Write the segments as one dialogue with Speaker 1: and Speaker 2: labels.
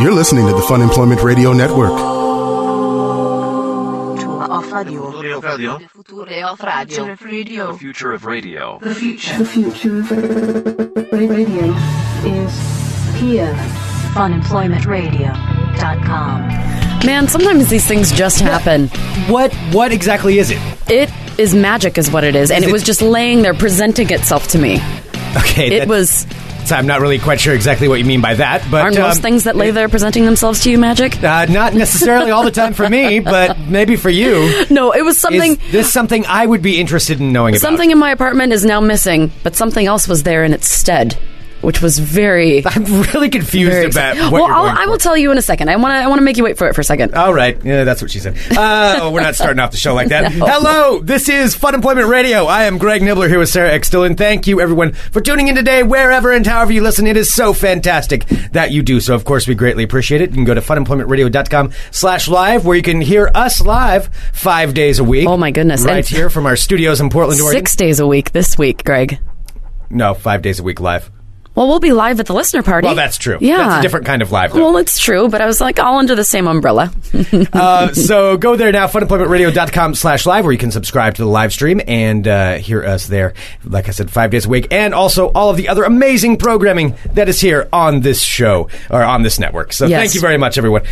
Speaker 1: You're listening to the Fun Employment Radio Network.
Speaker 2: Future of radio.
Speaker 3: Radio.
Speaker 2: Future of radio.
Speaker 3: The future of radio.
Speaker 4: The future of radio is here.
Speaker 2: Funemploymentradio.com.
Speaker 5: Man, sometimes these things just happen.
Speaker 6: What what exactly is it?
Speaker 5: It is magic, is what it is, and it was just laying there, presenting itself to me.
Speaker 6: Okay,
Speaker 5: It
Speaker 6: that-
Speaker 5: was
Speaker 6: so I'm not really quite sure exactly what you mean by that, but
Speaker 5: aren't most
Speaker 6: um,
Speaker 5: things that lay there presenting themselves to you magic?
Speaker 6: Uh, not necessarily all the time for me, but maybe for you.
Speaker 5: No, it was something.
Speaker 6: Is uh, this something I would be interested in knowing about?
Speaker 5: Something in my apartment is now missing, but something else was there in its stead, which was very.
Speaker 6: I'm really confused
Speaker 5: very
Speaker 6: about
Speaker 5: exciting.
Speaker 6: what
Speaker 5: well,
Speaker 6: you're
Speaker 5: I'll,
Speaker 6: going
Speaker 5: I will
Speaker 6: for. Uh,
Speaker 5: tell you in a second. I want to. I want to make you wait for it for a second.
Speaker 6: All right, yeah, that's what she said. Oh, we're not starting off the show like that.
Speaker 5: No.
Speaker 6: Hello, this is Fun Employment Radio. I am Greg Nibbler here with Sarah X. Dillon. Thank you, everyone, for tuning in today, wherever and however you listen. It is so fantastic that you do so. Of course, we greatly appreciate it. You can go to funemploymentradio.com slash live, where you can hear us live five days a week.
Speaker 5: Oh, my goodness.
Speaker 6: Right
Speaker 5: And-
Speaker 6: here from our studios in Portland, Oregon.
Speaker 5: Six days a week this week, Greg.
Speaker 6: No, five days a week live.
Speaker 5: Well, we'll be live at the listener party.
Speaker 6: Well, that's true.
Speaker 5: Yeah,
Speaker 6: That's a different kind of live, though.
Speaker 5: Well, it's true, but I was like all under the same umbrella.
Speaker 6: Uh, so go there now, funemploymentradio.com slash live, where you can subscribe to the live stream and uh, hear us there, like I said, five days a week. And also all of the other amazing programming that is here on this show, or on this network. So
Speaker 5: Yes.
Speaker 6: thank you very much, everyone.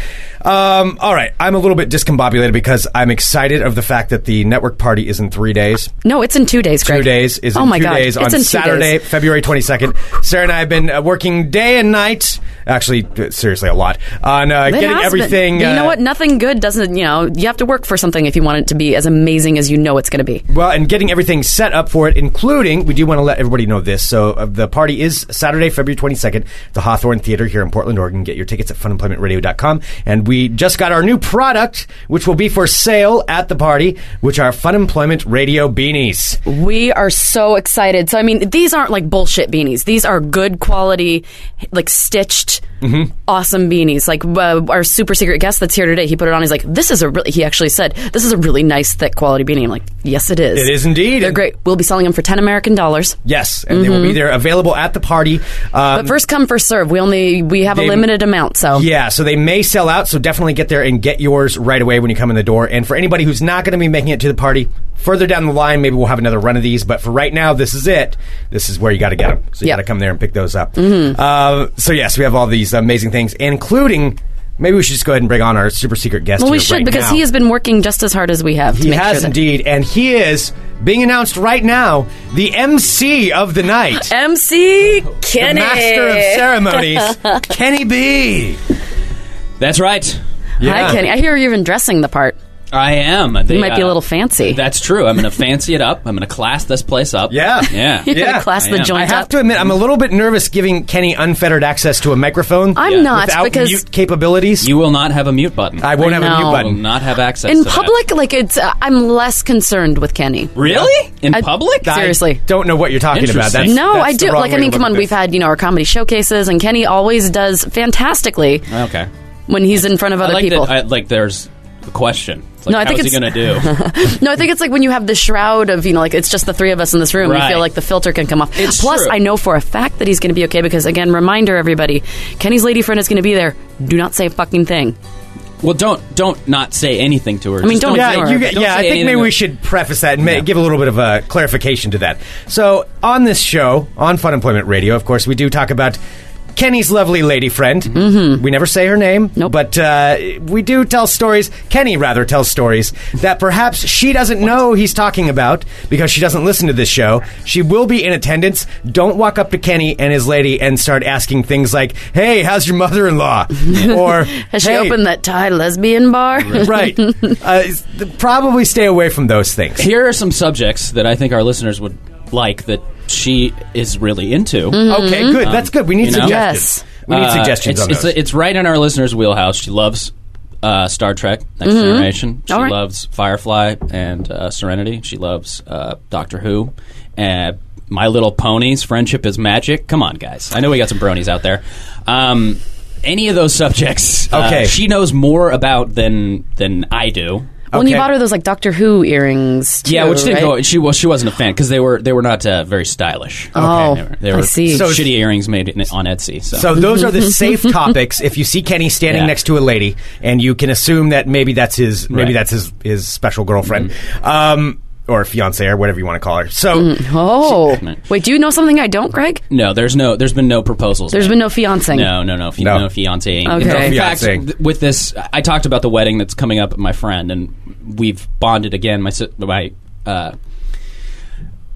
Speaker 6: Um, all right, I'm a little bit discombobulated because I'm excited of the fact that the network party is in three days.
Speaker 5: No, it's in two days, Greg.
Speaker 6: Two days is
Speaker 5: oh
Speaker 6: in
Speaker 5: my
Speaker 6: two
Speaker 5: God.
Speaker 6: days on
Speaker 5: it's in two
Speaker 6: Saturday,
Speaker 5: days.
Speaker 6: February 22nd. Sarah and I have been uh, working day and night, actually, uh, seriously, a lot, on uh,
Speaker 5: It
Speaker 6: getting
Speaker 5: has been.
Speaker 6: everything.
Speaker 5: But you know
Speaker 6: uh,
Speaker 5: what? Nothing good doesn't. You know, you have to work for something if you want it to be as amazing as you know it's going to be.
Speaker 6: Well, and getting everything set up for it, including we do want to let everybody know this. So uh, the party is Saturday, February 22nd, the Hawthorne Theater here in Portland, Oregon. Get your tickets at funemploymentradio.com. And we just got our new product, which will be for sale at the party, which are Fun Employment Radio beanies.
Speaker 5: We are so excited. So I mean, these aren't like bullshit beanies. These are good quality, like stitched,
Speaker 6: Mm-hmm.
Speaker 5: awesome beanies. Like uh, our super secret guest that's here today, he put it on. He's like, "This is a really." He actually said, "This is a really nice, thick quality beanie." I'm like, "Yes, it is.
Speaker 6: It is indeed.
Speaker 5: They're great. Mm-hmm. We'll be selling them for ten American dollars."
Speaker 6: Yes, and they will be there available at the party. Um,
Speaker 5: But first come, first serve. We only we have
Speaker 6: They-
Speaker 5: a limited amount, so
Speaker 6: Yeah, so they may sell out, so definitely get there and get yours right away when you come in the door. And for anybody who's not going to be making it to the party, further down the line, maybe we'll have another run of these. But for right now, this is it. This is where you got to get them. So you
Speaker 5: Yep. Mm-hmm.
Speaker 6: got to come there and pick those up. Uh, so, yes, we have all these amazing things, including maybe we should just go ahead and bring on our super secret guest.
Speaker 5: Well, we
Speaker 6: here
Speaker 5: should
Speaker 6: right
Speaker 5: because
Speaker 6: now.
Speaker 5: he has been working just as hard as we have. To
Speaker 6: He
Speaker 5: make
Speaker 6: has
Speaker 5: sure that-
Speaker 6: indeed, and he is being announced right now the MC of the night.
Speaker 5: MC
Speaker 6: The
Speaker 5: Kenny,
Speaker 6: master of ceremonies, Kenny B.
Speaker 7: That's right.
Speaker 6: Yeah.
Speaker 5: Hi, Kenny. I hear you're even dressing the part.
Speaker 7: I am. They,
Speaker 5: You might be a
Speaker 7: uh,
Speaker 5: little fancy.
Speaker 7: That's true. I'm going to fancy it up. I'm going to class this place up.
Speaker 6: Yeah.
Speaker 7: Yeah.
Speaker 5: You're
Speaker 6: yeah,
Speaker 5: gonna class
Speaker 7: I
Speaker 5: the
Speaker 7: am.
Speaker 5: joint
Speaker 6: I have
Speaker 5: up.
Speaker 6: to admit, I'm a little bit nervous giving Kenny unfettered access to a microphone.
Speaker 5: I'm
Speaker 7: Yeah.
Speaker 5: not
Speaker 6: without
Speaker 5: because
Speaker 6: mute capabilities.
Speaker 7: You will not have a mute button.
Speaker 6: I won't
Speaker 5: I
Speaker 6: have a
Speaker 5: know.
Speaker 6: mute
Speaker 7: will
Speaker 6: button.
Speaker 7: not have access
Speaker 5: in
Speaker 7: to that.
Speaker 5: public, like it's, uh, I'm less concerned with Kenny.
Speaker 7: Really? In
Speaker 5: I-
Speaker 7: public?
Speaker 5: That- Seriously.
Speaker 6: I don't know what you're talking about. That's,
Speaker 7: Interesting.
Speaker 5: No,
Speaker 6: that's
Speaker 5: I
Speaker 6: the
Speaker 5: do.
Speaker 6: wrong
Speaker 5: Like,
Speaker 6: way
Speaker 5: I
Speaker 6: to
Speaker 5: mean,
Speaker 6: look
Speaker 5: come
Speaker 6: at
Speaker 5: on.
Speaker 6: this.
Speaker 5: We've had you know our comedy showcases, and Kenny always does fantastically
Speaker 7: okay.
Speaker 5: when he's in front of
Speaker 7: I
Speaker 5: other
Speaker 7: like
Speaker 5: people.
Speaker 7: that. I, like there's a question. It's like,
Speaker 5: No, I think
Speaker 7: how's he
Speaker 5: it's-
Speaker 7: going to do?
Speaker 5: no, I think it's like when you have the shroud of you know, like it's just the three of us in this room. You
Speaker 7: Right.
Speaker 5: feel like the filter can come off.
Speaker 7: It's
Speaker 5: Plus,
Speaker 7: true.
Speaker 5: I know for a fact that he's going to be okay because, again, reminder everybody, Kenny's lady friend is going to be there. Do not say a fucking thing.
Speaker 7: well, don't don't not say anything to her. I
Speaker 5: mean, don't
Speaker 6: Yeah,
Speaker 5: ignore
Speaker 6: you,
Speaker 5: it.
Speaker 6: get-
Speaker 7: Don't
Speaker 6: yeah.
Speaker 7: say
Speaker 6: I think
Speaker 7: anything
Speaker 6: maybe
Speaker 7: that-
Speaker 6: we should preface that and ma- give a little bit of a clarification to that. So, on this show, on Fun Employment Radio, of course, we do talk about Kenny's lovely lady friend. Mm-hmm. We never say her name,
Speaker 5: Nope.
Speaker 6: but uh, we do tell stories. Kenny rather tells stories that perhaps she doesn't know he's talking about because she doesn't listen to this show. She will be in attendance. Don't walk up to Kenny and his lady and start asking things like, "Hey, how's your mother-in-law?" or
Speaker 5: Has she
Speaker 6: "Hey,
Speaker 5: opened that Thai lesbian bar?
Speaker 6: right. Uh, s- th- probably stay away from those things.
Speaker 7: Here are some subjects that I think our listeners would like that she is really into.
Speaker 5: Mm-hmm.
Speaker 6: Okay, good. That's good. We need
Speaker 7: you know?
Speaker 6: suggestions.
Speaker 5: Yes.
Speaker 6: We need
Speaker 7: Uh,
Speaker 6: suggestions
Speaker 7: it's,
Speaker 6: on
Speaker 7: it's,
Speaker 6: those.
Speaker 7: it's right in our listeners' wheelhouse. She loves uh, Star Trek: Next Generation. She
Speaker 5: Mm-hmm. All right.
Speaker 7: loves Firefly and uh, Serenity. She loves uh, Doctor Who. Uh, My Little Ponies, Friendship is Magic. Come on, guys. I know we got some bronies out there. Um, any of those subjects, uh,
Speaker 6: Okay.
Speaker 7: she knows more about than than I do.
Speaker 5: Well, and you
Speaker 6: Okay.
Speaker 5: bought her those like Doctor Who earrings. Too,
Speaker 7: Yeah, which didn't
Speaker 5: right?
Speaker 7: go. She well, she wasn't a fan because they were they were not uh, very stylish.
Speaker 5: Oh,
Speaker 7: they were, they
Speaker 5: I
Speaker 7: were
Speaker 5: see.
Speaker 6: So-
Speaker 7: shitty earrings made in, on Etsy. So,
Speaker 6: So those are the safe topics. If you see Kenny standing
Speaker 7: Yeah.
Speaker 6: next to a lady, and you can assume that maybe that's his, maybe
Speaker 7: Right.
Speaker 6: that's his his special girlfriend, um, or fiance, or whatever you want to call her. So
Speaker 5: Oh, wait. Do you know something I don't, Greg?
Speaker 7: no, there's no there's been no proposals.
Speaker 5: There's
Speaker 7: made.
Speaker 5: been no fiancing.
Speaker 7: No, no, no, fi-
Speaker 6: No.
Speaker 7: no, fiance.
Speaker 5: Okay.
Speaker 7: In
Speaker 5: No
Speaker 7: fact,
Speaker 6: fiancé.
Speaker 7: th- with this, I talked about the wedding that's coming up. with My friend and we've bonded again. My si- my uh,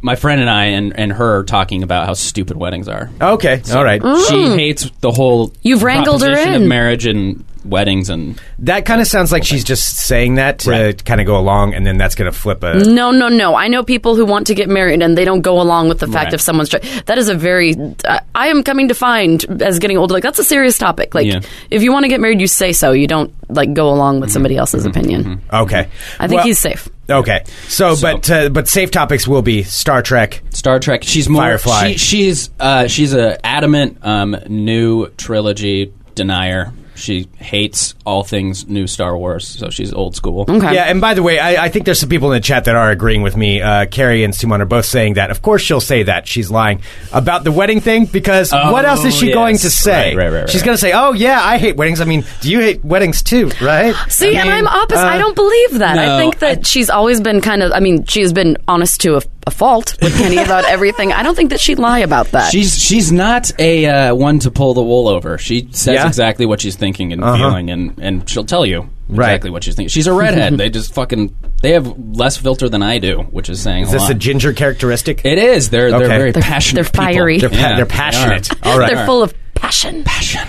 Speaker 7: my friend and I and and her talking about how stupid weddings are.
Speaker 6: okay, Oh, all right.
Speaker 7: She hates the whole
Speaker 5: Mm. You've wrangled her
Speaker 7: proposition of
Speaker 5: in.
Speaker 7: marriage and weddings and
Speaker 6: That kind of sounds like she's just saying that to
Speaker 7: Right.
Speaker 6: kind of go along, and then that's going to flip a.
Speaker 5: No, no, no. I know people who want to get married and they don't go along with the fact
Speaker 7: Right.
Speaker 5: if someone's. Tra- that is a very. Uh, I am coming to find as getting older. Like that's a serious topic. Like
Speaker 7: Yeah.
Speaker 5: if you want to get married, you say so. You don't like go along with somebody else's opinion.
Speaker 6: Okay,
Speaker 5: I think
Speaker 6: Mm-hmm. Well,
Speaker 5: he's safe.
Speaker 6: Okay, so,
Speaker 7: So-
Speaker 6: but uh, but safe topics will be Star Trek.
Speaker 7: Star Trek. She's more.
Speaker 6: Firefly.
Speaker 7: She, she's uh, she's a adamant um, new trilogy denier. She hates all things new Star Wars, so she's old school.
Speaker 5: Okay.
Speaker 6: Yeah, and by the way, I, I think there's some people in the chat that are agreeing with me. Uh, Carrie and Simon are both saying that. Of course, she'll say that she's lying about the wedding thing because
Speaker 7: Oh,
Speaker 6: what else is she
Speaker 7: yes.
Speaker 6: going to say?
Speaker 7: Right, right, right, right,
Speaker 6: she's going to say, "Oh yeah, I hate weddings." I mean, do you hate weddings too? Right?
Speaker 5: See,
Speaker 6: I
Speaker 5: and
Speaker 6: mean,
Speaker 5: I'm opposite. I
Speaker 6: uh,
Speaker 5: don't believe that.
Speaker 7: no,
Speaker 5: I think that
Speaker 7: I-
Speaker 5: she's always been kind of. I mean, she has been honest to a, a fault with Kenny about everything. I don't think that she'd lie about that.
Speaker 7: She's she's not a uh, one to pull the wool over. She says
Speaker 6: Yeah? Uh-huh.
Speaker 7: exactly what she's thinking and feeling, and, and she'll tell you
Speaker 6: Right.
Speaker 7: exactly what she's thinking. She's a redhead. they just fucking they have less filter than I do, which is saying
Speaker 6: Is
Speaker 7: a
Speaker 6: this
Speaker 7: lot.
Speaker 6: a ginger characteristic?
Speaker 7: it is. They're they're
Speaker 6: Okay.
Speaker 7: very
Speaker 6: They're-
Speaker 7: passionate.
Speaker 5: they're
Speaker 7: people.
Speaker 5: fiery.
Speaker 6: They're, pa-
Speaker 7: Yeah,
Speaker 6: they're
Speaker 7: they are.
Speaker 6: passionate. All right.
Speaker 5: They're full of passion.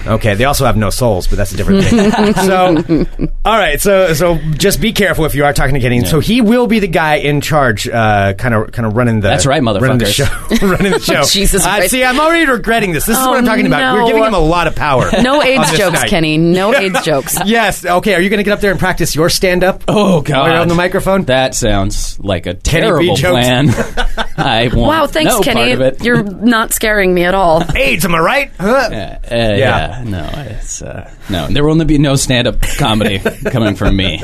Speaker 6: Okay, they also have no souls, but that's a different thing. so, all right, so so just be careful if you are talking to Kenny. And So he will be the guy in charge, kind of kind of running the.
Speaker 7: That's right,
Speaker 6: running the
Speaker 7: motherfuckers.
Speaker 6: show, running the show.
Speaker 5: Jesus
Speaker 6: I
Speaker 5: Christ.
Speaker 6: see. I'm already regretting this. This is
Speaker 5: Oh,
Speaker 6: what I'm talking about. We're
Speaker 5: no.
Speaker 6: giving him a lot of power.
Speaker 5: No
Speaker 6: on
Speaker 5: AIDS
Speaker 6: this
Speaker 5: jokes,
Speaker 6: night.
Speaker 5: Kenny. No AIDS jokes.
Speaker 6: Yes. Okay. Are you going to get up there and practice your stand up?
Speaker 7: Oh god!
Speaker 6: Right on the microphone.
Speaker 7: That sounds like a
Speaker 6: B.
Speaker 7: terrible
Speaker 6: jokes.
Speaker 7: plan. I want
Speaker 5: Wow, thanks,
Speaker 7: no Part
Speaker 5: Kenny.
Speaker 7: of it.
Speaker 5: You're not scaring me at all.
Speaker 6: AIDS. Am I right? Huh?
Speaker 7: Uh, uh, yeah. no, it's uh, no. There will only be no stand-up comedy coming from me.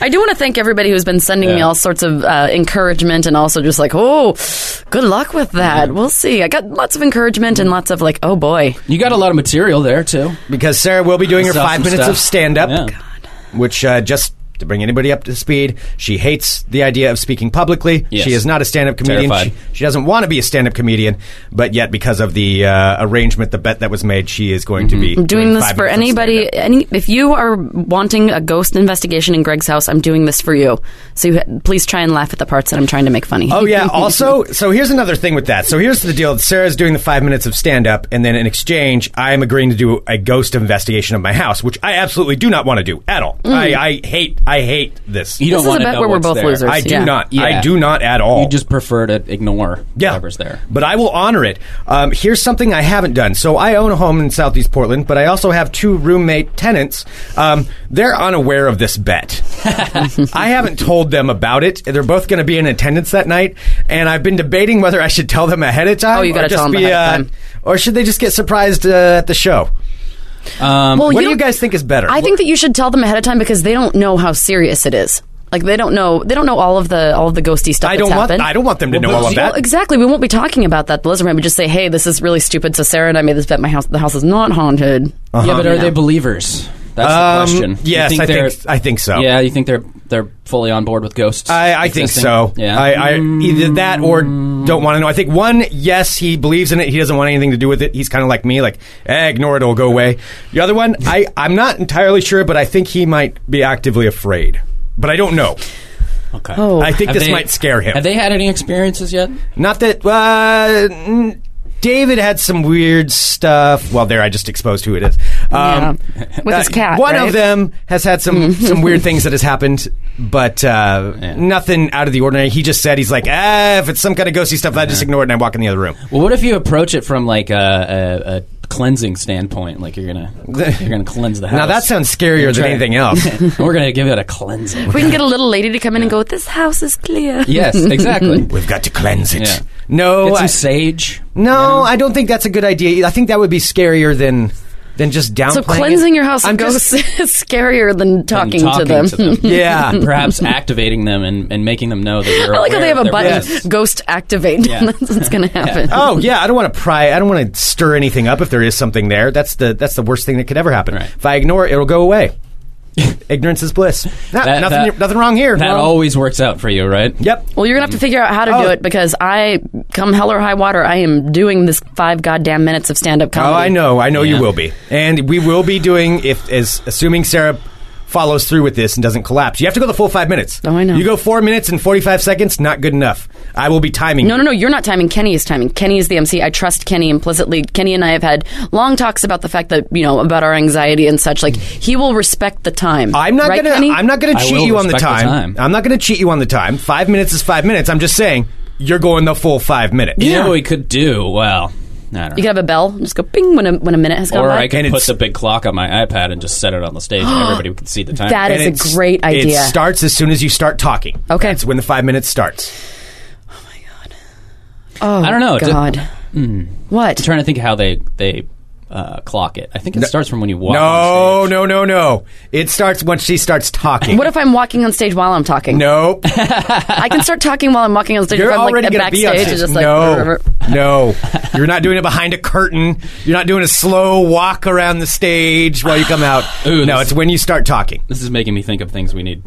Speaker 5: I do want to thank everybody who's been sending me
Speaker 7: Yeah.
Speaker 5: all sorts of uh, encouragement and also just like, oh, good luck with that. We'll see. I got lots of encouragement and lots of like, oh boy.
Speaker 7: You got a lot of material there too.
Speaker 6: Because Sarah will be doing her
Speaker 7: Saw
Speaker 6: five
Speaker 7: some
Speaker 6: minutes
Speaker 7: stuff.
Speaker 6: of stand up.
Speaker 7: Yeah.
Speaker 6: which uh, just to bring anybody up to speed, she hates the idea of speaking publicly.
Speaker 7: Yes.
Speaker 6: She is not a stand-up comedian.
Speaker 7: Terrified.
Speaker 6: She, she doesn't want to be a stand-up comedian, but yet because of the uh, arrangement, the bet that was made, she is going to be
Speaker 5: I'm Mm-hmm. doing this
Speaker 6: five
Speaker 5: for
Speaker 6: minutes of
Speaker 5: anybody. uh,
Speaker 6: stand-up.
Speaker 5: Any, if you are wanting a ghost investigation in Greg's house, I'm doing this for you. So you, ha- please try and laugh at the parts that I'm trying to make funny.
Speaker 6: Oh yeah. Also, so here's another thing with that. So here's the deal: Sarah's doing the five minutes of stand-up, and then in exchange, I am agreeing to do a ghost investigation of my house, which I absolutely do not want to do at all.
Speaker 5: Mm.
Speaker 6: I, I hate, I hate this.
Speaker 7: You
Speaker 5: This
Speaker 7: don't
Speaker 5: is
Speaker 7: want to
Speaker 5: a bet
Speaker 7: know
Speaker 5: where we're
Speaker 7: what's
Speaker 5: both
Speaker 7: there.
Speaker 5: losers.
Speaker 6: I do
Speaker 5: Yeah.
Speaker 6: not.
Speaker 7: Yeah.
Speaker 6: I do not at all.
Speaker 7: You just prefer to ignore
Speaker 6: yeah.
Speaker 7: whatever's there.
Speaker 6: But I will honor it. Um, here's something I haven't done. So I own a home in Southeast Portland, but I also have two roommate tenants. Um, they're unaware of this bet. I haven't told them about it. They're both going to be in attendance that night, and I've been debating whether I should tell them ahead of time.
Speaker 5: Oh, you gotta
Speaker 6: or just
Speaker 5: tell them
Speaker 6: be,
Speaker 5: ahead of
Speaker 6: uh,
Speaker 5: time.
Speaker 6: Or should they just get surprised uh, at the show?
Speaker 7: Um,
Speaker 5: Well,
Speaker 6: what do you guys think is better?
Speaker 5: I think that you should tell them ahead of time because they don't know how serious it is. Like they don't know they don't know all of the all of the ghosty stuff.
Speaker 6: I don't
Speaker 5: that's
Speaker 6: want.
Speaker 5: happened.
Speaker 6: I don't want them to know all of that.
Speaker 5: Well, exactly. We won't be talking about that. The listener might just say, "Hey, this is really stupid." So Sarah and I made this bet. My house, the house is not haunted.
Speaker 7: yeah, but are they believers? That's
Speaker 6: Um,
Speaker 7: the question. You
Speaker 6: yes, I
Speaker 7: they're-
Speaker 6: think- I think so.
Speaker 7: Yeah, you think they're they're fully on board with ghosts?
Speaker 6: I, I think
Speaker 7: existing?
Speaker 6: so.
Speaker 7: Yeah, Mm-hmm.
Speaker 6: I, I either that or don't want to know. I think one, yes, he believes in it. He doesn't want anything to do with it. He's kind of like me, like eh, ignore it, it'll go away. The other one, I I'm not entirely sure, but I think he might be actively afraid. But I don't know.
Speaker 7: okay.
Speaker 5: Oh,
Speaker 6: I think
Speaker 7: Have
Speaker 6: this
Speaker 7: they-
Speaker 6: might scare him.
Speaker 7: Have they had any experiences yet?
Speaker 6: Not that. Uh, mm, David had some weird stuff. Well, there I just exposed who it is. Um,
Speaker 5: Yeah. With his
Speaker 6: uh,
Speaker 5: cat,
Speaker 6: One
Speaker 5: right? Mm-hmm.
Speaker 6: of them has had some some weird things that has happened, but uh, nothing out of the ordinary. He just said he's like, ah, if it's some kind of ghosty stuff, I just ignore it and I walk in the other room.
Speaker 7: Well, what if you approach it from like a, a, a cleansing standpoint? Like you're gonna you're gonna cleanse the house.
Speaker 6: Now that sounds scarier than
Speaker 7: Try it.
Speaker 6: anything else.
Speaker 7: We're gonna give it a cleansing.
Speaker 5: we can get a little lady to come in and go. This house is clear.
Speaker 7: yes, exactly.
Speaker 6: We've got to cleanse it.
Speaker 7: Yeah.
Speaker 6: No,
Speaker 7: Get
Speaker 6: I,
Speaker 7: some sage.
Speaker 6: no, I don't think that's a good idea. I think that would be scarier than than just downplaying.
Speaker 5: So cleansing
Speaker 6: it.
Speaker 5: your house of
Speaker 6: I'm
Speaker 5: ghosts
Speaker 6: just-
Speaker 5: is scarier than
Speaker 7: I'm
Speaker 5: talking,
Speaker 7: talking
Speaker 5: to them.
Speaker 6: Yeah.
Speaker 7: Perhaps activating them and, and making them know that you're
Speaker 5: I like how they
Speaker 7: aware
Speaker 5: have a
Speaker 7: of their
Speaker 5: button,
Speaker 7: risks.
Speaker 5: ghost activate.
Speaker 7: Yeah.
Speaker 5: That's what's going to happen.
Speaker 6: Oh yeah, I don't want to pry. I don't want to stir anything up if there is something there. That's the that's the worst thing that could ever happen.
Speaker 7: Right.
Speaker 6: If I ignore it, it'll go away. Ignorance is bliss. Nah,
Speaker 7: That-
Speaker 6: nothing
Speaker 7: that-
Speaker 6: nothing wrong here.
Speaker 7: That always works out for you, right?
Speaker 6: Yep.
Speaker 5: Well, you're gonna have to figure out how to do
Speaker 6: Oh.
Speaker 5: it because I, come hell or high water, I am doing this five goddamn minutes of stand-up comedy.
Speaker 6: Oh, I know. I know
Speaker 7: Yeah.
Speaker 6: you will be, and we will be doing if as assuming Sarah follows through with this and doesn't collapse. You have to go the full five minutes.
Speaker 5: Oh, I know.
Speaker 6: You go four minutes and forty five seconds. Not good enough. I will be timing.
Speaker 5: No, no, no. You're not timing. Kenny is timing. Kenny is the MC. I trust Kenny implicitly. Kenny and I have had long talks about the fact that you know about our anxiety and such. Like he will respect the time.
Speaker 6: I'm not
Speaker 5: right,
Speaker 6: gonna.
Speaker 5: Kenny?
Speaker 6: I'm not gonna
Speaker 7: I
Speaker 6: cheat
Speaker 7: will
Speaker 6: you on the
Speaker 7: respect the
Speaker 6: time.
Speaker 7: time.
Speaker 6: I'm not gonna cheat you on the time. Five minutes is five minutes. I'm just saying you're going the full five minutes.
Speaker 7: You know what we could do? Well, I don't
Speaker 5: You
Speaker 7: know.
Speaker 5: could have a bell. and Just go ping when a when a minute has gone
Speaker 7: Or
Speaker 5: by.
Speaker 7: I could
Speaker 6: And
Speaker 7: put
Speaker 6: it's-
Speaker 7: the big clock on my iPad and just set it on the stage and everybody could see the time.
Speaker 5: That is- It's a
Speaker 6: it's-
Speaker 5: great idea.
Speaker 6: It starts as soon as you start talking.
Speaker 5: Okay.
Speaker 6: That's when the five minutes starts.
Speaker 5: oh,
Speaker 7: I don't know. Hmm. Ju-
Speaker 5: God. What?
Speaker 7: I'm trying to think how they they uh, clock it. I think it starts from when you walk.
Speaker 6: No,
Speaker 7: on stage.
Speaker 6: no, no, no. It starts once she starts talking.
Speaker 5: What if I'm walking on stage while I'm talking?
Speaker 6: no,
Speaker 5: I can start talking while I'm walking on stage.
Speaker 6: you're
Speaker 5: if I'm
Speaker 6: already
Speaker 5: like
Speaker 6: going to
Speaker 5: backstage
Speaker 6: be on stage.
Speaker 5: and just like
Speaker 6: no, no, you're not doing it behind a curtain. You're not doing a slow walk around the stage while you come out.
Speaker 7: Ooh,
Speaker 6: no,
Speaker 7: this-
Speaker 6: it's when you start talking.
Speaker 7: This is making me think of things we need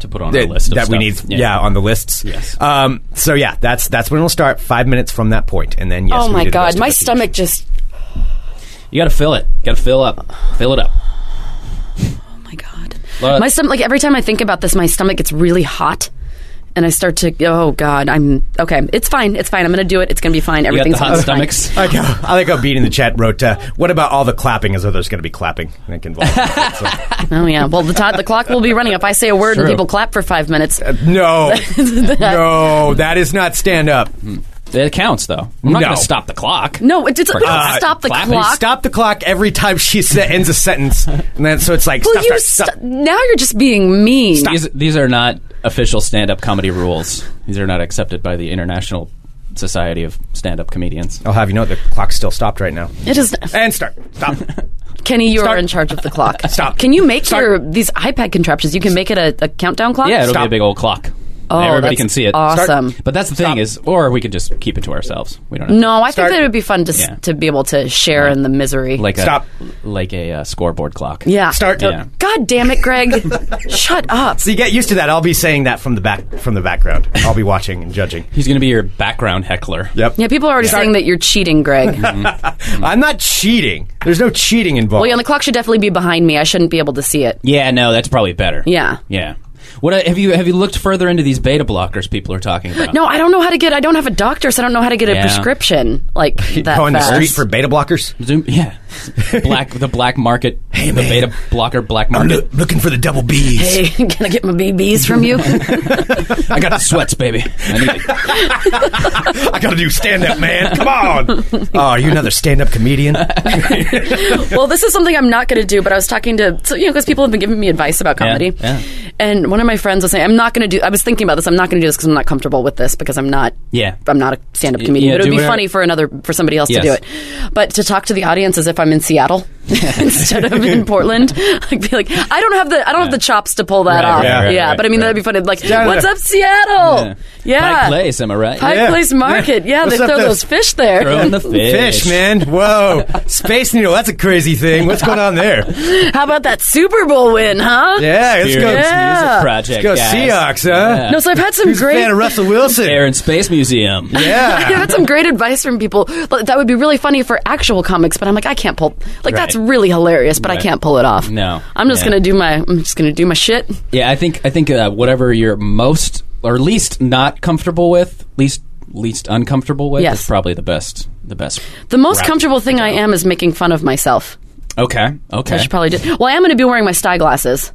Speaker 7: to put on
Speaker 6: that,
Speaker 7: our list of
Speaker 6: that we need.
Speaker 7: stuff.
Speaker 6: Yeah. on the lists.
Speaker 7: Yes.
Speaker 6: Um, so yeah, that's that's when it'll start. Five minutes from that point, and then yes.
Speaker 5: Oh
Speaker 6: we
Speaker 5: my
Speaker 6: do the
Speaker 5: God,
Speaker 6: rest of
Speaker 5: my
Speaker 6: the feature.
Speaker 5: stomach just.
Speaker 7: you got to fill it. Got to fill up. Fill it up.
Speaker 5: Oh my God.
Speaker 7: Laura-
Speaker 5: My stomach. Like every time I think about this, my stomach gets really hot. And I start to, oh God, I'm okay. It's fine. It's fine. I'm going to do it. It's going to be fine.
Speaker 7: You got the
Speaker 5: Everything's
Speaker 7: hot
Speaker 5: fine.
Speaker 7: stomachs.
Speaker 6: I like how, I like how Bean in the chat wrote, uh, "What about all the clapping? As though there's going to be clapping like, involved." So,
Speaker 5: Oh yeah. Well, the, ti- the clock will be running. If I say a word
Speaker 7: True.
Speaker 5: and
Speaker 7: Uh,
Speaker 5: people clap for five minutes,
Speaker 6: no, no, that is not stand up.
Speaker 7: It counts though. I'm not
Speaker 6: No.
Speaker 7: going to stop the clock.
Speaker 5: no, it, it's, we don't
Speaker 7: Uh,
Speaker 5: stop the
Speaker 7: clapping,
Speaker 5: clock.
Speaker 6: Stop the clock every time she sa- ends a sentence, and then so it's like,
Speaker 5: Will
Speaker 6: stop,
Speaker 5: Oh, you
Speaker 6: stop,
Speaker 5: st- now you're just being mean.
Speaker 7: These these are not official stand-up comedy rules. These are not accepted by the International Society of Stand-up Comedians.
Speaker 6: I'll have you know the clock's still stopped right now.
Speaker 5: It is
Speaker 6: And start, stop.
Speaker 5: Kenny. You are
Speaker 6: Start.
Speaker 5: in charge of the clock.
Speaker 6: Stop.
Speaker 5: Can you make
Speaker 6: Start.
Speaker 5: your these iPad contraptions? You can make it a, a countdown clock.
Speaker 7: Yeah, it'll be
Speaker 6: Stop.
Speaker 7: a big old clock.
Speaker 5: Oh,
Speaker 7: Everybody
Speaker 5: that's
Speaker 7: can see it.
Speaker 5: Awesome.
Speaker 7: But that's the thing
Speaker 6: Stop.
Speaker 7: is, or we could just keep it to ourselves. We don't. Have
Speaker 5: No, I
Speaker 6: Start.
Speaker 5: think that it would be fun to s
Speaker 7: Yeah.
Speaker 5: to be able to share in the misery.
Speaker 7: to, like
Speaker 6: Stop.
Speaker 7: a like a uh, scoreboard clock.
Speaker 5: yeah,
Speaker 6: Start.
Speaker 7: Yeah.
Speaker 5: God damn it, Greg! Shut up.
Speaker 6: So you get used to that. I'll be saying that from the back from the background. I'll be watching and judging.
Speaker 7: He's going to be your background heckler.
Speaker 6: Yep.
Speaker 5: Yeah, people are already saying that you're cheating, Greg. well,
Speaker 6: I'm not cheating. There's no cheating involved.
Speaker 5: yeah, and the clock should definitely be behind me. I shouldn't be able to see it.
Speaker 7: Yeah, no, that's probably better.
Speaker 5: Yeah.
Speaker 7: Yeah. What uh, have you have you looked further into these beta blockers people are talking about?
Speaker 5: No, I don't know how to get. I don't have a doctor, so I don't know how to get a
Speaker 7: Yeah.
Speaker 5: prescription like that
Speaker 6: Go on the
Speaker 5: fast.
Speaker 6: street for beta blockers.
Speaker 7: Zoom, yeah, black the black market, the
Speaker 6: man.
Speaker 7: beta blocker black market.
Speaker 6: looking for the double B's.
Speaker 5: Hey, can I get my BBs from you?
Speaker 7: I got the sweats, baby. I need it.
Speaker 6: I gotta do stand up, man. Come on. Oh, are you another stand up comedian?
Speaker 5: well, this is something I'm not going to do, but I was talking to, so, you know, because people have been giving me advice about comedy.
Speaker 7: yeah.
Speaker 5: And one of my friends was saying, I'm not going to do, I was thinking about this, I'm not going to do this because I'm not comfortable with this because I'm not,
Speaker 7: Yeah.
Speaker 5: I'm not a stand up comedian.
Speaker 7: yeah,
Speaker 5: but it
Speaker 7: do
Speaker 5: would be
Speaker 7: whatever-
Speaker 5: funny for another, for somebody else to
Speaker 7: Yes.
Speaker 5: do it. But to talk to the audience as if I'm in Seattle instead of in Portland, I'd be like, I don't have the, I don't have the chops to pull that
Speaker 7: Right,
Speaker 5: off.
Speaker 7: right,
Speaker 5: yeah.
Speaker 7: right, right,
Speaker 5: but I mean,
Speaker 7: right.
Speaker 5: that'd be funny. Like,
Speaker 6: Yeah.
Speaker 5: what's up, Seattle? Yeah.
Speaker 7: Pike place. Am I right?
Speaker 5: Pike
Speaker 6: Yeah.
Speaker 5: Place Market. Yeah,
Speaker 6: What's
Speaker 5: they
Speaker 6: up,
Speaker 5: throw
Speaker 6: those-
Speaker 5: those fish there.
Speaker 7: Throw in the fish,
Speaker 6: Fish, man. Whoa. Space Needle, that's a crazy thing. What's going on there?
Speaker 5: How about that Super Bowl win, huh?
Speaker 6: Yeah, let's go.
Speaker 7: Experience
Speaker 5: Yeah.
Speaker 7: Music Project.
Speaker 6: Let's go
Speaker 7: guys.
Speaker 6: Seahawks, huh?
Speaker 5: No, so I've had some
Speaker 6: Who's a
Speaker 5: great
Speaker 6: fan of Russell Wilson?
Speaker 7: Air and Space Museum.
Speaker 5: I've
Speaker 6: Yeah.
Speaker 5: had some great advice from people. But That would be really funny for actual comics, but I'm like, I can't pull. Like that's
Speaker 7: Right.
Speaker 5: really hilarious, but I
Speaker 7: Right.
Speaker 5: can't pull it off.
Speaker 7: No.
Speaker 5: I'm just
Speaker 7: Yeah.
Speaker 5: gonna do my. I'm just gonna do my shit.
Speaker 7: Yeah, I think I think uh, whatever you're most or least not comfortable with, least least uncomfortable with,
Speaker 5: Yes.
Speaker 7: is probably the best. The best.
Speaker 5: The most comfortable thing I am is making fun of myself.
Speaker 7: Okay. Okay.
Speaker 5: I should probably do. Well, I am gonna be wearing my sty glasses.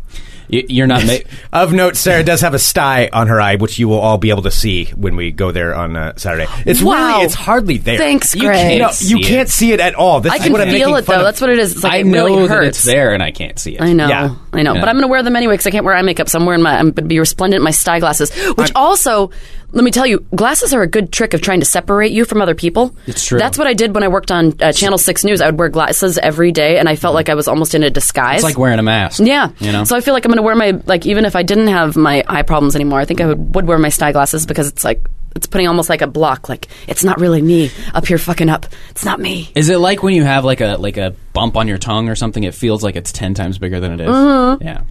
Speaker 7: Y- you're not. Ma-
Speaker 6: Of note, Sarah does have a sty on her eye, which you will all be able to see when we go there on uh, Saturday. It's
Speaker 5: Wow.
Speaker 6: really, it's hardly there.
Speaker 5: Thanks,
Speaker 7: You
Speaker 5: Greg.
Speaker 7: can't-
Speaker 6: No,
Speaker 7: see
Speaker 6: you
Speaker 7: it.
Speaker 6: can't see it at all. This
Speaker 5: I
Speaker 6: is
Speaker 5: can
Speaker 6: what I'm
Speaker 5: feel
Speaker 6: making
Speaker 5: it
Speaker 6: fun
Speaker 5: though.
Speaker 6: of.
Speaker 5: That's what it is. It's like
Speaker 7: I
Speaker 5: it
Speaker 7: know
Speaker 5: really
Speaker 7: that
Speaker 5: hurts.
Speaker 7: it's there and I can't see it.
Speaker 5: I know.
Speaker 6: Yeah.
Speaker 5: I know.
Speaker 7: Yeah.
Speaker 5: But I'm going to wear them anyway because I can't wear eye makeup. So I'm wearing my. I'm going to be resplendent in my sty glasses, which also let me tell you, glasses are a good trick of trying to separate you from other people.
Speaker 7: It's true.
Speaker 5: That's what I did when I worked on uh, Channel Six News. I would wear glasses every day, and I felt like I was almost in a disguise.
Speaker 7: Mm-hmm. It's like wearing a mask.
Speaker 5: Yeah.
Speaker 7: You know?
Speaker 5: So I feel like I'm going to wear my like even if I didn't have my eye problems anymore, I think I would, would wear my sty glasses because it's like it's putting almost like a block like it's not really me up here fucking up. It's not me.
Speaker 7: Is it like when you have like a like a bump on your tongue or something? It feels like it's ten times bigger than it is? Yeah,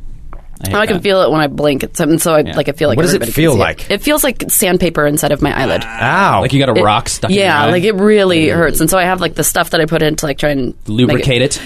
Speaker 7: I, hate
Speaker 5: I can
Speaker 7: that.
Speaker 5: feel Mm-hmm. it when I blink. It's, and so I like I feel like
Speaker 6: What does it
Speaker 5: everybody can
Speaker 6: feel
Speaker 5: see
Speaker 6: like?
Speaker 5: It. it feels like sandpaper inside of my eyelid.
Speaker 6: Ow!
Speaker 7: like Ah, you got a
Speaker 5: It-
Speaker 7: rock stuck. in
Speaker 5: Yeah,
Speaker 7: your eye.
Speaker 5: like it really hurts. And so I have like the stuff that I put in to like try and make
Speaker 7: lubricate it.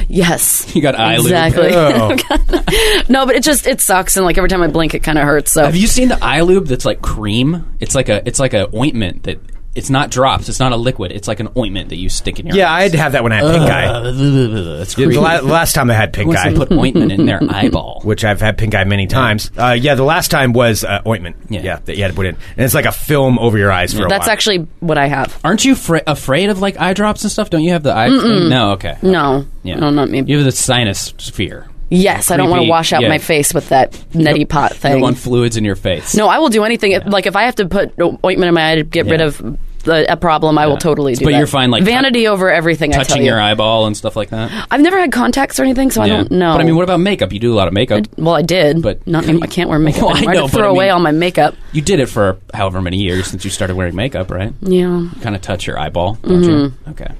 Speaker 5: Yes.
Speaker 7: You got eye lube.
Speaker 5: Exactly.
Speaker 6: Oh.
Speaker 5: no, but it just it sucks and like every time I blink it kind of hurts. So
Speaker 7: Have you seen the eye lube that's like cream? It's like a it's like a ointment that it's not drops. It's not a liquid. It's like an ointment that you stick in your.
Speaker 6: yeah, I had to have that when I had pink eye.
Speaker 7: That's
Speaker 6: The
Speaker 7: creepy.
Speaker 6: la- last time I had
Speaker 7: Who
Speaker 6: pink
Speaker 7: wants
Speaker 6: eye,
Speaker 7: to put ointment in their eyeball.
Speaker 6: which I've had pink eye many times. Uh, yeah, the last time was uh, ointment.
Speaker 7: Yeah.
Speaker 6: that you had to put in, and it's like a film over your eyes for a
Speaker 5: that's
Speaker 6: while.
Speaker 5: actually what I have.
Speaker 7: Aren't you fr- afraid of like eye drops and stuff? Don't you have the eye? No, okay.
Speaker 5: No.
Speaker 7: Yeah.
Speaker 5: No, not me.
Speaker 7: You have the sinus fear.
Speaker 5: Yes, I don't want to
Speaker 7: creepy-
Speaker 5: wash out
Speaker 7: yeah.
Speaker 5: my face with that neti pot
Speaker 7: You don't
Speaker 5: thing.
Speaker 7: want fluids in your face.
Speaker 5: no, I will do anything. If, like if I have to put ointment in my eye to get rid
Speaker 7: Yeah.
Speaker 5: of the, a problem, I will totally do.
Speaker 7: But
Speaker 5: that.
Speaker 7: you're fine, like,
Speaker 5: vanity over everything. I
Speaker 7: touching
Speaker 5: tell you.
Speaker 7: your eyeball and stuff like that.
Speaker 5: I've never had contacts or anything, so I
Speaker 7: Yeah.
Speaker 5: don't know.
Speaker 7: But I mean, what about makeup? You do a lot of makeup.
Speaker 5: well, I did,
Speaker 7: But-
Speaker 5: but not. anymore. I can't wear makeup.
Speaker 7: Well, I
Speaker 5: anymore. I
Speaker 7: know,
Speaker 5: had
Speaker 7: but
Speaker 5: to throw
Speaker 7: I
Speaker 5: away
Speaker 7: mean-
Speaker 5: all my makeup.
Speaker 7: You did it for however many years since you started wearing makeup, right?
Speaker 5: Yeah,
Speaker 7: Kind of touch your eyeball, don't
Speaker 5: Mm-hmm.
Speaker 7: you? Okay.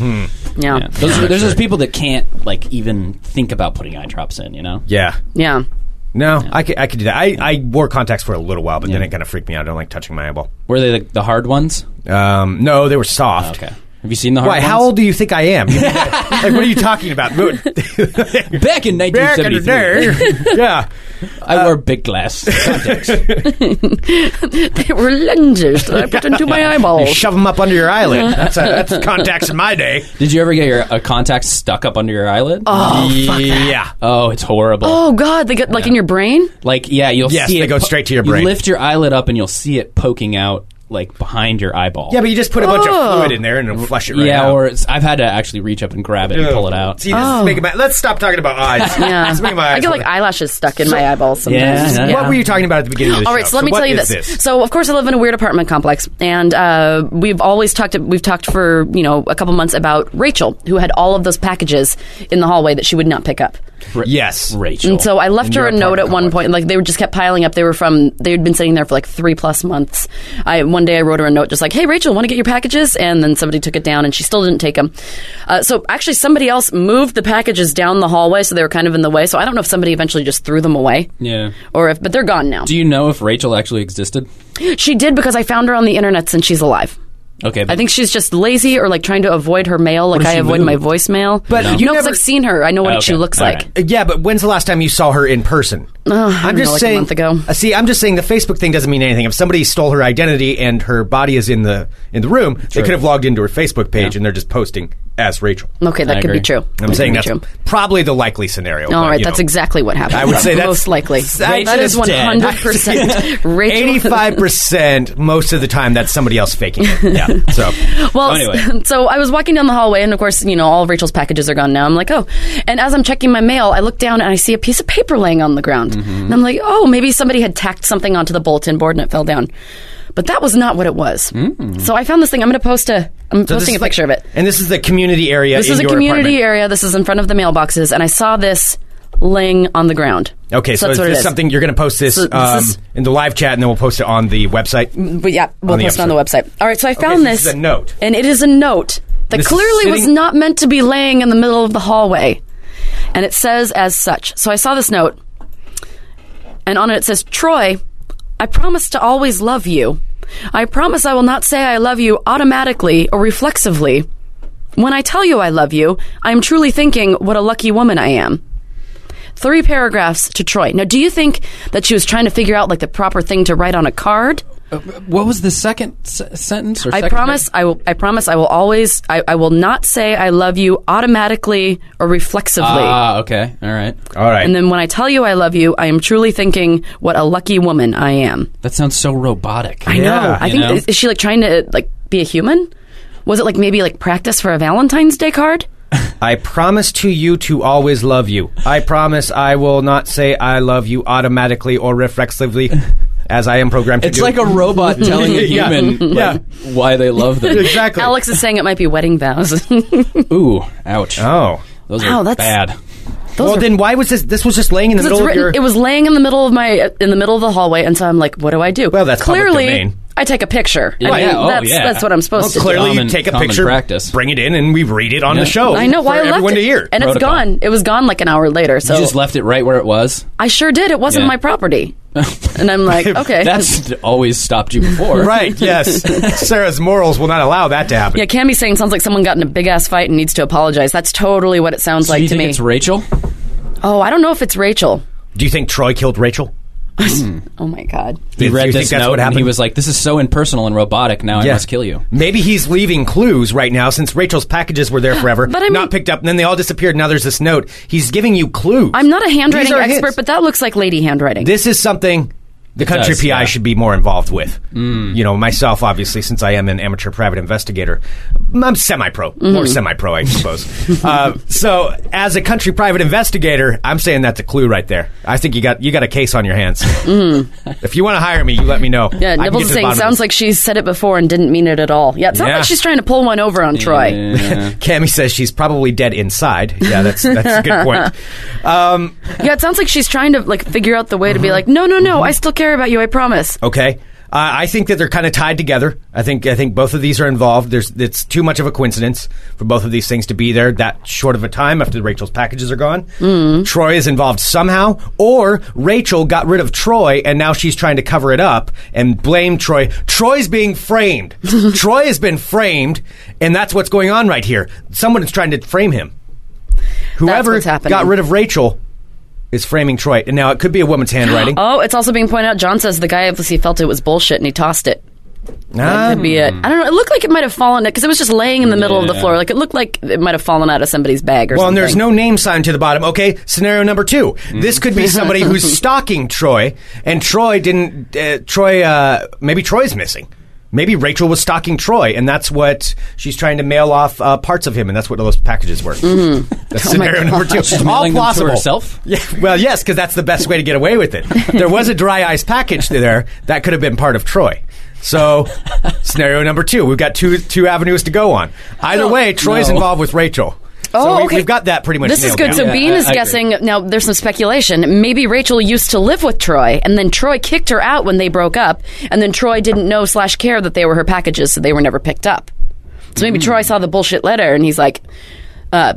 Speaker 5: yeah,
Speaker 7: Yeah. Those, there's those people that can't like even think about putting eye drops in. You know.
Speaker 6: yeah.
Speaker 5: yeah.
Speaker 6: No, I could, I could do that. I, I wore contacts for a little while, but then it kind of freaked me out. I don't like touching my eyeball.
Speaker 7: Were they the, the hard ones?
Speaker 6: Um, no, they were soft.
Speaker 7: Okay. Have you seen the hard
Speaker 6: Why?
Speaker 7: ones?
Speaker 6: How old do you think I am? like, what are you talking about?
Speaker 7: Back in
Speaker 6: Back in the
Speaker 7: 1973,
Speaker 6: day, yeah.
Speaker 7: I wore big glass contacts.
Speaker 5: They were lenses that I put into my
Speaker 6: You
Speaker 5: eyeballs.
Speaker 6: shove them up under your eyelid. That's, that's contacts in my day.
Speaker 7: Did you ever get your a contact stuck up under your eyelid?
Speaker 5: Oh, fuck that.
Speaker 6: Yeah.
Speaker 7: Oh, it's horrible.
Speaker 5: Oh God, they get like in your brain.
Speaker 7: Like yeah, you'll
Speaker 6: Yes,
Speaker 7: see
Speaker 6: they
Speaker 7: it
Speaker 6: go straight to your brain.
Speaker 7: You lift your eyelid up and you'll see it poking out like behind your eyeball.
Speaker 6: Yeah, but you just put a bunch of
Speaker 5: Oh.
Speaker 6: fluid in there and it'll flush it right
Speaker 7: yeah,
Speaker 6: out.
Speaker 7: or it's, I've had to actually reach up and grab it and pull it out.
Speaker 6: See, this is making my, let's stop talking about eyes.
Speaker 5: Oh. Yeah,
Speaker 6: It's making my
Speaker 5: I
Speaker 6: eyes
Speaker 5: get like
Speaker 6: water.
Speaker 5: eyelashes stuck in my eyeballs sometimes.
Speaker 7: yeah, yeah.
Speaker 6: What were you talking about at the beginning of the
Speaker 5: All right,
Speaker 6: show?
Speaker 5: so let me
Speaker 6: what
Speaker 5: tell you
Speaker 6: is
Speaker 5: this. So, of course, I live in a weird apartment complex, and uh, we've always talked. We've talked for you know a couple months about Rachel, who had all of those packages in the hallway that she would not pick up.
Speaker 6: yes.
Speaker 7: Rachel?
Speaker 5: And so I left her
Speaker 6: your
Speaker 5: a note at
Speaker 6: apartment
Speaker 5: one
Speaker 6: complex.
Speaker 5: point. Like they were just kept piling up. They were from they had been sitting there for like three plus months. I one day I wrote her a note just like, "Hey Rachel, want to get your packages?" And then somebody took it down, and she still didn't take them. Uh, so actually, somebody else moved the packages down the hallway, so they were kind of in the way. So I don't know if somebody eventually just threw them away,
Speaker 7: yeah.
Speaker 5: or if but they're gone now.
Speaker 7: Do you know if Rachel actually existed?
Speaker 5: She did because I found her on the internet since she's alive.
Speaker 7: Okay,
Speaker 5: I think she's just lazy or like trying to avoid her mail, like
Speaker 7: if
Speaker 5: I
Speaker 7: she
Speaker 5: avoid my
Speaker 7: moved?
Speaker 5: voicemail.
Speaker 6: But
Speaker 5: no,
Speaker 6: you
Speaker 5: because
Speaker 6: never-
Speaker 5: I've seen her. I know what
Speaker 7: Okay,
Speaker 5: she looks
Speaker 7: all
Speaker 5: like.
Speaker 7: right.
Speaker 6: Uh, Yeah, but when's the last time you saw her in person? I'm
Speaker 5: don't know, like a
Speaker 6: saying.
Speaker 5: month ago.
Speaker 6: Uh, See, I'm just saying the Facebook thing doesn't mean anything. If somebody stole her identity and her body is in the in the room, they could have logged into her Facebook page and they're just posting as Rachel.
Speaker 5: Okay, that
Speaker 7: I
Speaker 5: could
Speaker 7: agree.
Speaker 5: be true.
Speaker 6: I'm
Speaker 5: That
Speaker 6: saying
Speaker 5: could
Speaker 6: that's
Speaker 5: be true.
Speaker 6: probably the likely scenario.
Speaker 5: All
Speaker 6: but,
Speaker 5: right,
Speaker 6: you
Speaker 5: that's
Speaker 6: know.
Speaker 5: exactly what happened.
Speaker 6: I would say that's
Speaker 5: most likely.
Speaker 6: that
Speaker 5: that
Speaker 7: is
Speaker 5: is one
Speaker 7: dead.
Speaker 5: hundred percent. Rachel.
Speaker 6: Eighty-five percent, most of the time, that's somebody else faking it. Yeah. So,
Speaker 5: Well,
Speaker 7: Anyway.
Speaker 5: so I was walking down the hallway, and of course, you know, all of Rachel's packages are gone now. I'm like, oh. And as I'm checking my mail, I look down and I see a piece of paper laying on the ground,
Speaker 6: Mm-hmm.
Speaker 5: and I'm like, oh, maybe somebody had tacked something onto the bulletin board and it fell down. But that was not what it was. So I found this thing. I'm going to post a. I'm
Speaker 6: Mm. so this
Speaker 5: posting
Speaker 6: is
Speaker 5: a picture
Speaker 6: the-
Speaker 5: of it.
Speaker 6: And this is the community area.
Speaker 5: This
Speaker 6: in
Speaker 5: is a
Speaker 6: your
Speaker 5: community
Speaker 6: apartment.
Speaker 5: area. This is in front of the mailboxes, and I saw this laying on the ground.
Speaker 6: Okay, so,
Speaker 5: that's
Speaker 6: is
Speaker 5: what
Speaker 6: this
Speaker 5: it is.
Speaker 6: something you're going to post this,
Speaker 5: So this
Speaker 6: um,
Speaker 5: is-
Speaker 6: in the live chat, and then we'll post it on the website.
Speaker 5: But yeah, we'll
Speaker 6: the
Speaker 5: post it on the website. All right, so I found
Speaker 6: so
Speaker 5: this.
Speaker 6: this is a note.
Speaker 5: And it is a note that
Speaker 6: This is
Speaker 5: clearly was
Speaker 6: sitting-
Speaker 5: not meant to be laying in the middle of the hallway. And it says as such. So I saw this note, and on it it says, Troy, I promise to always love you. I promise I will not say I love you automatically or reflexively. When I tell you I love you, I am truly thinking what a lucky woman I am three paragraphs to Troy. Now, do you think that she was trying to figure out like the proper thing to write on a card?
Speaker 7: What was the second s- sentence? Or
Speaker 5: I
Speaker 7: second
Speaker 5: promise I will. I promise I will always. I, I will not say I love you automatically or reflexively.
Speaker 7: Ah, okay, all right.
Speaker 6: All right.
Speaker 5: and then when I tell you I love you, I am truly thinking what a lucky woman I am.
Speaker 7: That sounds so robotic.
Speaker 5: I know. I
Speaker 7: You
Speaker 5: think
Speaker 7: know?
Speaker 5: is, is she like trying to like be a human? Was it like maybe like practice for a Valentine's Day card?
Speaker 6: I promise to you to always love you. I promise I will not say I love you automatically or reflexively. as I am programmed to
Speaker 7: It's
Speaker 6: do.
Speaker 7: like a robot telling a
Speaker 6: Yeah.
Speaker 7: human like,
Speaker 6: Yeah.
Speaker 7: why they love them.
Speaker 6: exactly.
Speaker 5: Alex is saying it might be wedding vows.
Speaker 7: Ooh, ouch.
Speaker 6: Oh.
Speaker 7: Those
Speaker 5: Wow,
Speaker 7: are
Speaker 5: that's-
Speaker 7: bad.
Speaker 6: well, then why was this? This was just laying in the
Speaker 5: Because
Speaker 6: middle
Speaker 5: it's written-
Speaker 6: of your.
Speaker 5: It was laying in the middle of my in the middle of the hallway, and so I'm like, "What do I do?"
Speaker 6: Well, that's public
Speaker 5: clearly.
Speaker 6: domain.
Speaker 5: I take a picture. I
Speaker 7: Yeah,
Speaker 5: mean,
Speaker 7: yeah, oh,
Speaker 5: that's,
Speaker 7: yeah.
Speaker 5: that's what I'm supposed to. do.
Speaker 6: Clearly,
Speaker 7: Common-
Speaker 6: you take a
Speaker 7: common
Speaker 6: picture,
Speaker 7: practice.
Speaker 6: bring it in, and we read it on
Speaker 7: Yeah.
Speaker 6: the show.
Speaker 5: I know why
Speaker 6: for
Speaker 5: I left
Speaker 6: everyone
Speaker 5: it,
Speaker 6: to hear.
Speaker 5: and it's
Speaker 7: Protocol.
Speaker 5: gone. It was gone like an hour later. So
Speaker 6: Oh.
Speaker 7: You just left it right where it was.
Speaker 5: I sure did. It wasn't
Speaker 7: Yeah.
Speaker 5: my property, and I'm like, okay,
Speaker 7: That's always stopped you before.
Speaker 6: right? Yes, Sarah's morals will not allow that to happen.
Speaker 5: Yeah, Cammy saying sounds like someone got in a big ass fight and needs to apologize. That's totally what it sounds
Speaker 7: Do
Speaker 5: like
Speaker 7: you
Speaker 5: to
Speaker 7: think
Speaker 5: me.
Speaker 7: it's Rachel?
Speaker 5: oh, I don't know if it's Rachel.
Speaker 6: Do you think Troy killed Rachel?
Speaker 5: Oh my god.
Speaker 7: He
Speaker 6: Do
Speaker 7: read
Speaker 6: you
Speaker 7: this
Speaker 6: think that's
Speaker 7: note and
Speaker 6: what
Speaker 7: he
Speaker 6: happened?
Speaker 7: was like, "This is so impersonal and robotic. Now I
Speaker 6: Yeah.
Speaker 7: must kill you."
Speaker 6: Maybe he's leaving clues right now since Rachel's packages were there forever,
Speaker 5: But I mean-
Speaker 6: not picked up, and then they all disappeared. Now there's this note. He's giving you clues.
Speaker 5: I'm not a handwriting
Speaker 6: These are
Speaker 5: expert,
Speaker 6: hints.
Speaker 5: but that looks like lady handwriting.
Speaker 6: this is something the country
Speaker 7: does,
Speaker 6: PI
Speaker 7: yeah. Mm.
Speaker 6: should be more involved with. You know, myself, obviously, since I am an amateur private investigator, I'm semi pro,
Speaker 5: Mm-hmm.
Speaker 6: or semi pro, I suppose. uh, so, as a country private investigator, I'm saying that's a clue right there. I think you got you got a case on your hands. If you want to hire me, you let me know. I
Speaker 5: Mm-hmm. yeah,
Speaker 6: can
Speaker 5: Nibbles
Speaker 6: get
Speaker 5: is
Speaker 6: to the
Speaker 5: saying
Speaker 6: bottom of
Speaker 5: sounds
Speaker 6: this.
Speaker 5: like she's said it before and didn't mean it at all. Yeah, it sounds
Speaker 6: Yeah.
Speaker 5: like she's trying to pull one over on Troy.
Speaker 7: Yeah.
Speaker 6: Cammy says she's probably dead inside. Yeah, that's that's a good point. Um,
Speaker 5: Yeah, it sounds like she's trying to like figure out the way to be
Speaker 6: Uh-huh.
Speaker 5: like, no, no,
Speaker 6: Mm-hmm.
Speaker 5: no, I still care about you. I promise.
Speaker 6: Okay. Uh, I think that they're kind of tied together. I think I think both of these are involved. There's it's too much of a coincidence for both of these things to be there that short of a time after Rachel's packages are gone.
Speaker 5: Mm.
Speaker 6: Troy is involved somehow, or Rachel got rid of Troy and now she's trying to cover it up and blame Troy. Troy's being framed. Troy has been framed, and that's what's going on right here. Someone is trying to frame him. Whoever
Speaker 5: what's happening.
Speaker 6: got rid of Rachel is framing Troy, and now it could be a woman's handwriting.
Speaker 5: Oh, it's also being pointed out. John says the guy obviously felt it was bullshit and he tossed it.
Speaker 6: Ah.
Speaker 5: Could be it. I don't know. It looked like it might have fallen because it was just laying in the middle of the
Speaker 7: Yeah.
Speaker 5: floor. Like it looked like it might have fallen out of somebody's bag or
Speaker 6: Well,
Speaker 5: something.
Speaker 6: and there's no name sign to the bottom. Okay, scenario number two. This could
Speaker 7: Mm.
Speaker 6: be somebody who's stalking Troy, and Troy didn't. Uh, Troy, uh, maybe Troy's missing. Maybe Rachel was stalking Troy, and that's what she's trying to mail off uh, parts of him, and that's what those packages were.
Speaker 7: Mm-hmm. Oh
Speaker 6: That's scenario number two. All
Speaker 7: mailing them to
Speaker 6: plausible.
Speaker 7: herself?
Speaker 6: Yeah, well, yes, because that's the best way to get away with it. There was a dry ice package there that could have been part of Troy. So, scenario number two. We've got two two avenues to go on. Either way, Troy's
Speaker 7: no.
Speaker 6: involved with Rachel.
Speaker 5: Oh,
Speaker 6: so we,
Speaker 5: okay.
Speaker 6: We've got that pretty much.
Speaker 5: This is
Speaker 6: nailed
Speaker 5: good.
Speaker 6: down.
Speaker 5: So
Speaker 7: Yeah,
Speaker 5: Bean
Speaker 7: I-
Speaker 5: is
Speaker 7: I agree.
Speaker 5: guessing now. There's some speculation. Maybe Rachel used to live with Troy, and then Troy kicked her out when they broke up, and then Troy didn't know slash care that they were her packages, so they were never picked up. So
Speaker 6: Mm.
Speaker 5: maybe Troy saw the bullshit letter, and he's like, uh,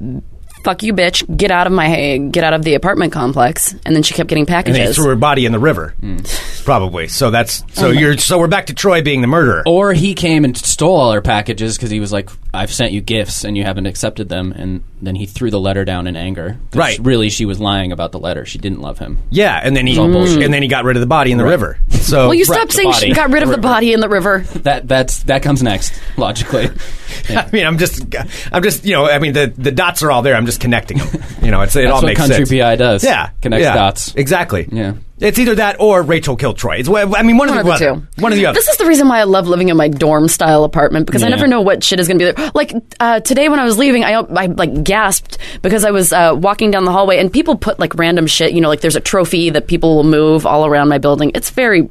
Speaker 5: "Fuck you, bitch! Get out of my get out of the apartment complex." And then she kept getting
Speaker 6: And he
Speaker 5: packages.
Speaker 6: threw her body in the river,
Speaker 5: Hmm.
Speaker 6: probably. So that's so you're so we're back to Troy being the murderer.
Speaker 5: Oh.
Speaker 7: Or he came and stole all her packages because he was like, "I've sent you gifts and you haven't accepted them," and then he threw the letter down in anger. 'Cause
Speaker 6: Right.
Speaker 7: Really, she was lying about the letter. She didn't love him.
Speaker 6: Yeah, and then he and then he got rid of the body in the river. So
Speaker 5: well, you
Speaker 7: Right,
Speaker 5: stopped
Speaker 7: the
Speaker 5: saying she
Speaker 7: body.
Speaker 5: got rid of the body in the river.
Speaker 7: That that's that comes next logically.
Speaker 6: I mean, I'm just I'm just you know I mean the the dots are all there. I'm just connecting them. You know, it's, it
Speaker 7: That's
Speaker 6: all
Speaker 7: what
Speaker 6: makes
Speaker 7: country
Speaker 6: sense.
Speaker 7: PI does.
Speaker 6: Yeah,
Speaker 7: Connects
Speaker 6: yeah,
Speaker 7: dots.
Speaker 6: Exactly.
Speaker 7: Yeah.
Speaker 6: it's either that or Rachel killed Troy. It's wha- I mean one,
Speaker 5: One
Speaker 6: of
Speaker 5: of
Speaker 6: the,
Speaker 5: the
Speaker 6: other.
Speaker 5: two.
Speaker 6: One of the other.
Speaker 5: This is the reason why I love living in my dorm style apartment because I
Speaker 7: Yeah.
Speaker 5: never know what shit is going to be there. Like uh, today when I was leaving, I, I like gasped because I was uh, walking down the hallway and people put like random shit. You know, like there's a trophy that people will move all around my building. It's very,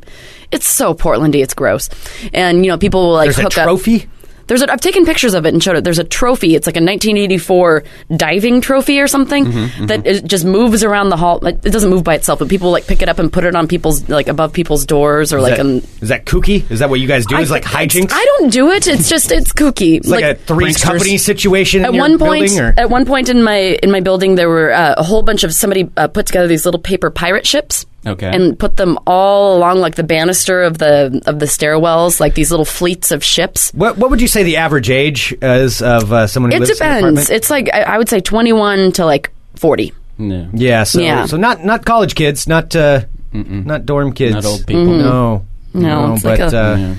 Speaker 5: it's so Portlandy. It's gross, and you know people will like
Speaker 6: There's a
Speaker 5: hook
Speaker 6: trophy.
Speaker 5: Up. There's a, I've taken pictures of it and showed it. There's a trophy. It's like a 1984 diving trophy or something
Speaker 6: Mm-hmm,
Speaker 5: that is, just moves around the hall. Like, It doesn't move by itself, but people like pick it up and put it on people's like above people's doors or
Speaker 6: Is
Speaker 5: like
Speaker 6: that,
Speaker 5: on
Speaker 6: is that kooky? Is that what you guys do? Is like hijinks?
Speaker 5: I don't do it. It's just it's kooky.
Speaker 6: It's like, a three
Speaker 7: pranksters?
Speaker 6: company situation.
Speaker 5: at
Speaker 6: in your
Speaker 5: one point,
Speaker 6: building, or?
Speaker 5: at one point in my in my building, there were uh, a whole bunch of somebody uh, put together these little paper pirate ships.
Speaker 7: Okay.
Speaker 5: And put them all along like the banister of the of the stairwells, like these little fleets of ships.
Speaker 6: What What would you say the average age is of uh, someone who
Speaker 5: It
Speaker 6: lives in an
Speaker 5: depends.
Speaker 6: apartment?
Speaker 5: It's like I, I would say twenty one to like forty.
Speaker 7: No.
Speaker 6: yeah, so
Speaker 5: Yeah.
Speaker 6: so not not college kids, not uh, not dorm kids,
Speaker 7: Not old people.
Speaker 6: No,
Speaker 5: Mm-hmm. No, it's
Speaker 6: but
Speaker 5: like a-
Speaker 6: uh,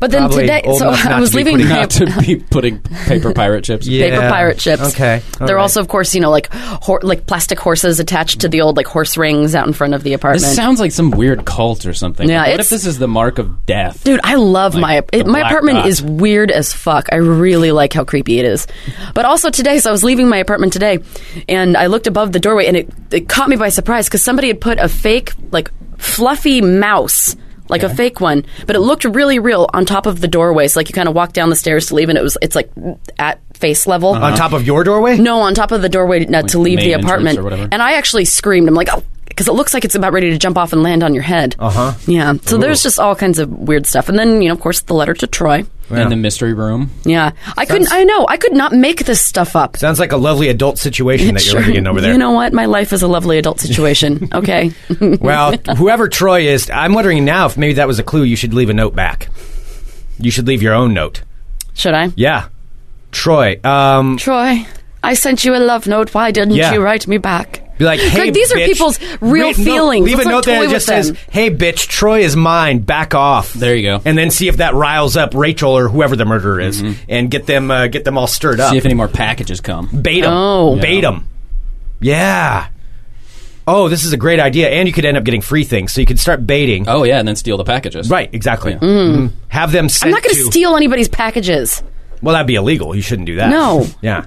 Speaker 5: But then
Speaker 6: Probably
Speaker 5: today,
Speaker 6: old
Speaker 5: so
Speaker 6: enough not
Speaker 5: I
Speaker 6: to
Speaker 5: was
Speaker 6: be
Speaker 5: leaving
Speaker 6: putting
Speaker 5: my
Speaker 7: Not to be putting paper pirate chips.
Speaker 6: Yeah.
Speaker 5: paper pirate ships.
Speaker 6: Okay, all
Speaker 5: They're
Speaker 6: right.
Speaker 5: also, of course, you know, like hor- like plastic horses attached to the old like horse rings out in front of the apartment.
Speaker 7: This sounds like some weird cult or something.
Speaker 5: Yeah,
Speaker 7: Like, what
Speaker 5: it's-
Speaker 7: if this is the mark of death?
Speaker 5: Dude, I love
Speaker 7: Like,
Speaker 5: my
Speaker 7: the
Speaker 5: it, my
Speaker 7: black
Speaker 5: apartment
Speaker 7: dot.
Speaker 5: is weird as fuck. I really like how creepy it is. But also today, so I was leaving my apartment today, and I looked above the doorway, and it it caught me by surprise because somebody had put a fake like fluffy mouse like a fake one, but it looked really real on top of the doorways. Like you kind of walk down the stairs to leave, and it was it's like at face level.
Speaker 7: Uh-huh.
Speaker 6: on top of your doorway.
Speaker 5: No, on top of the doorway uh, to leave
Speaker 7: main
Speaker 5: the
Speaker 7: entrance
Speaker 5: apartment.
Speaker 7: or whatever.
Speaker 5: And I actually screamed. I'm like, oh, because it looks like it's about ready to jump off and land on your head. Uh
Speaker 6: Uh-huh.
Speaker 5: huh. Yeah. So there's just all kinds of weird stuff. And then, you know, of course, the letter to Troy.
Speaker 7: in the mystery room.
Speaker 5: Yeah. I couldn't, I know, I could not make this stuff up.
Speaker 6: Sounds like a lovely adult situation that you're
Speaker 5: Sure.
Speaker 6: living in over there.
Speaker 5: You know what? My life is a lovely adult situation. okay.
Speaker 6: well, whoever Troy is, I'm wondering now if maybe that was a clue. You should leave a note back. You should leave your own note.
Speaker 5: Should I?
Speaker 6: Yeah, Troy. Um,
Speaker 5: Troy, I sent you a love note. Why didn't
Speaker 6: Yeah.
Speaker 5: you write me back?
Speaker 6: be like, hey,
Speaker 5: Greg, these are
Speaker 6: bitch."
Speaker 5: people's real
Speaker 6: no,
Speaker 5: feelings.
Speaker 6: leave
Speaker 5: Let's
Speaker 6: a
Speaker 5: not
Speaker 6: note there
Speaker 5: toy
Speaker 6: that
Speaker 5: with
Speaker 6: just says,
Speaker 5: them.
Speaker 6: "Hey, bitch, Troy is mine. Back off."
Speaker 7: There you go.
Speaker 6: And then see if that riles up Rachel or whoever the murderer is, and get them uh, get them all stirred up.
Speaker 7: Mm-hmm. See if any more packages come.
Speaker 6: Bait them.
Speaker 5: Oh.
Speaker 6: Bait them. Yeah. Oh, this is a great idea, and you could end up getting free things, so you could start baiting.
Speaker 7: Oh yeah, and then steal the packages.
Speaker 6: Right, exactly.
Speaker 7: Yeah.
Speaker 6: Mhm. Have them. Sent
Speaker 5: Mm-hmm. I'm not going
Speaker 6: to
Speaker 5: to steal anybody's packages.
Speaker 6: Well, that'd be illegal. You shouldn't do that.
Speaker 5: No.
Speaker 6: Yeah.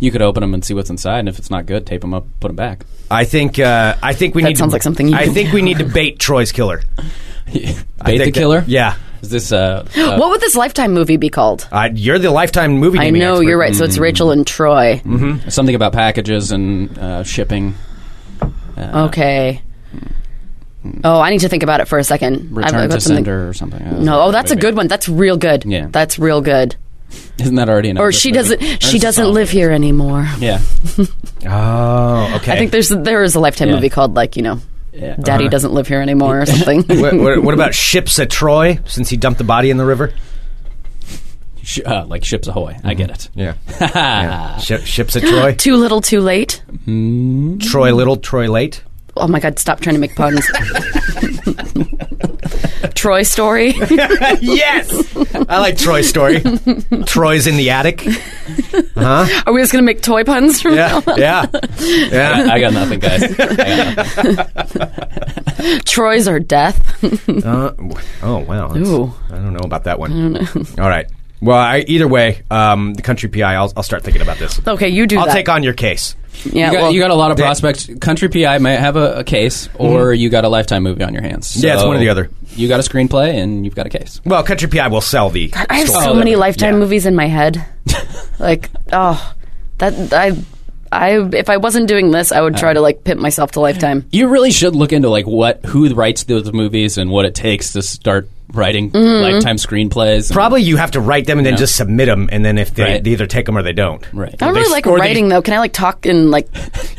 Speaker 7: You could open them and see what's inside, and if it's not good, tape them up, put them back.
Speaker 6: I think uh, I think we
Speaker 5: That
Speaker 6: need.
Speaker 5: sounds
Speaker 6: to,
Speaker 5: like something you
Speaker 6: I
Speaker 5: can
Speaker 6: think
Speaker 5: do.
Speaker 6: we need to bait Troy's killer. I
Speaker 7: Bait the
Speaker 6: think that-
Speaker 7: killer.
Speaker 6: yeah.
Speaker 7: Is this uh, uh,
Speaker 5: what would this Lifetime movie be called?
Speaker 6: Uh, you're the lifetime movie.
Speaker 5: I
Speaker 6: gaming
Speaker 5: know,
Speaker 6: expert.
Speaker 5: you're right. So it's Rachel and Troy.
Speaker 7: something about packages and uh, shipping?
Speaker 5: Okay. Oh, I need to think about it for a second. I've-
Speaker 7: Return
Speaker 5: I've got
Speaker 7: to
Speaker 5: something-
Speaker 7: sender or something. Uh,
Speaker 5: No, oh, that's a
Speaker 7: maybe.
Speaker 5: good one. That's real good.
Speaker 7: Yeah.
Speaker 5: that's real good.
Speaker 7: Isn't that already an
Speaker 5: Or
Speaker 7: Elvis
Speaker 5: she
Speaker 7: movie?
Speaker 5: doesn't.
Speaker 7: Or it's
Speaker 5: She
Speaker 7: a
Speaker 5: doesn't
Speaker 7: song.
Speaker 5: live here anymore.
Speaker 7: Yeah.
Speaker 6: Oh, okay.
Speaker 5: I think there's there is a lifetime
Speaker 7: Yeah. Uh-huh.
Speaker 5: movie called like you know,
Speaker 7: Yeah.
Speaker 5: Daddy doesn't live here anymore or something.
Speaker 6: what, what, what about ships at Troy? Since he dumped the body in the river.
Speaker 7: Sh- uh, like ships ahoy. I
Speaker 5: Mm-hmm.
Speaker 7: get it.
Speaker 6: Yeah. yeah. Ship, ships at Troy.
Speaker 5: Too little, too late.
Speaker 6: Troy little. Troy late.
Speaker 5: Oh my God! Stop trying to make puns. Troy story.
Speaker 6: yes. I like Troy's story. Troy's in the attic.
Speaker 5: Are we just gonna make toy puns from
Speaker 6: Yeah. Yeah.
Speaker 7: I,
Speaker 6: Yeah.
Speaker 7: I got nothing, guys. I got nothing.
Speaker 5: Troy's or death?
Speaker 6: Uh, oh wow! That's-
Speaker 5: Ooh.
Speaker 6: I don't know about that one. All right. Well, I, either way, um, the country PI. I'll, I'll start thinking about this.
Speaker 5: Okay, you do
Speaker 6: I'll
Speaker 5: that.
Speaker 6: take on your case.
Speaker 5: yeah,
Speaker 7: You got,
Speaker 5: well,
Speaker 7: you got a lot of
Speaker 6: That-
Speaker 7: prospects. Country PI might have a, a case, or you got a lifetime movie on your hands.
Speaker 6: Mm-hmm. Yeah, it's one or the other.
Speaker 7: You got a screenplay, and you've got a case.
Speaker 6: Well, country PI will sell the.
Speaker 5: I have
Speaker 7: Oh,
Speaker 5: so
Speaker 7: that
Speaker 5: many
Speaker 7: would-
Speaker 5: lifetime
Speaker 7: yeah.
Speaker 5: movies in my head. like, oh, that I, I if I wasn't doing this, I would try to like pimp myself to lifetime.
Speaker 7: You really should look into like what who writes those movies and what it takes to start writing
Speaker 5: Mm-hmm.
Speaker 7: lifetime screenplays. and-
Speaker 6: Probably you have to write them and then just submit them, and then if they,
Speaker 7: Right.
Speaker 6: they either take them or they don't.
Speaker 7: Right.
Speaker 5: I don't
Speaker 6: They
Speaker 5: really like
Speaker 6: score the-
Speaker 5: writing though. Can I like talk and like?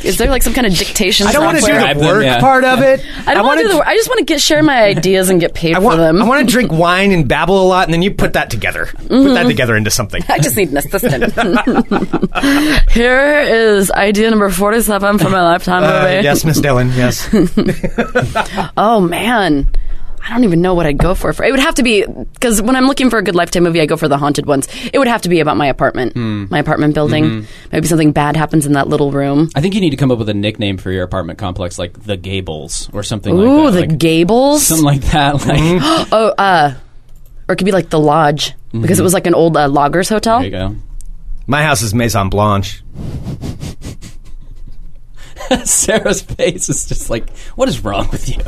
Speaker 5: Is there like some kind of dictation?
Speaker 6: I don't want to do
Speaker 5: software?
Speaker 7: Transcribe
Speaker 6: the
Speaker 7: them,
Speaker 6: work
Speaker 7: yeah.
Speaker 6: part of it.
Speaker 5: I don't want
Speaker 6: wanna
Speaker 5: to do the. wor- I just want to get share my ideas and get paid
Speaker 6: I
Speaker 5: for
Speaker 6: want,
Speaker 5: them.
Speaker 6: I want to drink wine and babble a lot, and then you put that together. Put
Speaker 5: Mm-hmm.
Speaker 6: that together into something.
Speaker 5: I just need an assistant. Here is idea number forty-seven for my lifetime
Speaker 6: Uh,
Speaker 5: movie.
Speaker 6: yes, Miss Dillon. Yes.
Speaker 5: Oh man. I don't even know what I'd go for. For it would have to be because when I'm looking for a good lifetime movie, I go for the haunted ones. It would have to be about my apartment,
Speaker 7: Hmm.
Speaker 5: my apartment building.
Speaker 7: Mm-hmm.
Speaker 5: Maybe something bad happens in that little room.
Speaker 7: I think you need to come up with a nickname for your apartment complex, like the Gables or something
Speaker 5: Ooh,
Speaker 7: like that.
Speaker 5: the Mm-hmm.
Speaker 7: like,
Speaker 5: Gables,
Speaker 7: Something like that. Like
Speaker 5: or it could be like the Lodge because it was like an old uh, loggers hotel.
Speaker 7: Mm-hmm. there you go.
Speaker 6: My house is Maison Blanche.
Speaker 7: Sarah's face is just like, what is wrong with you?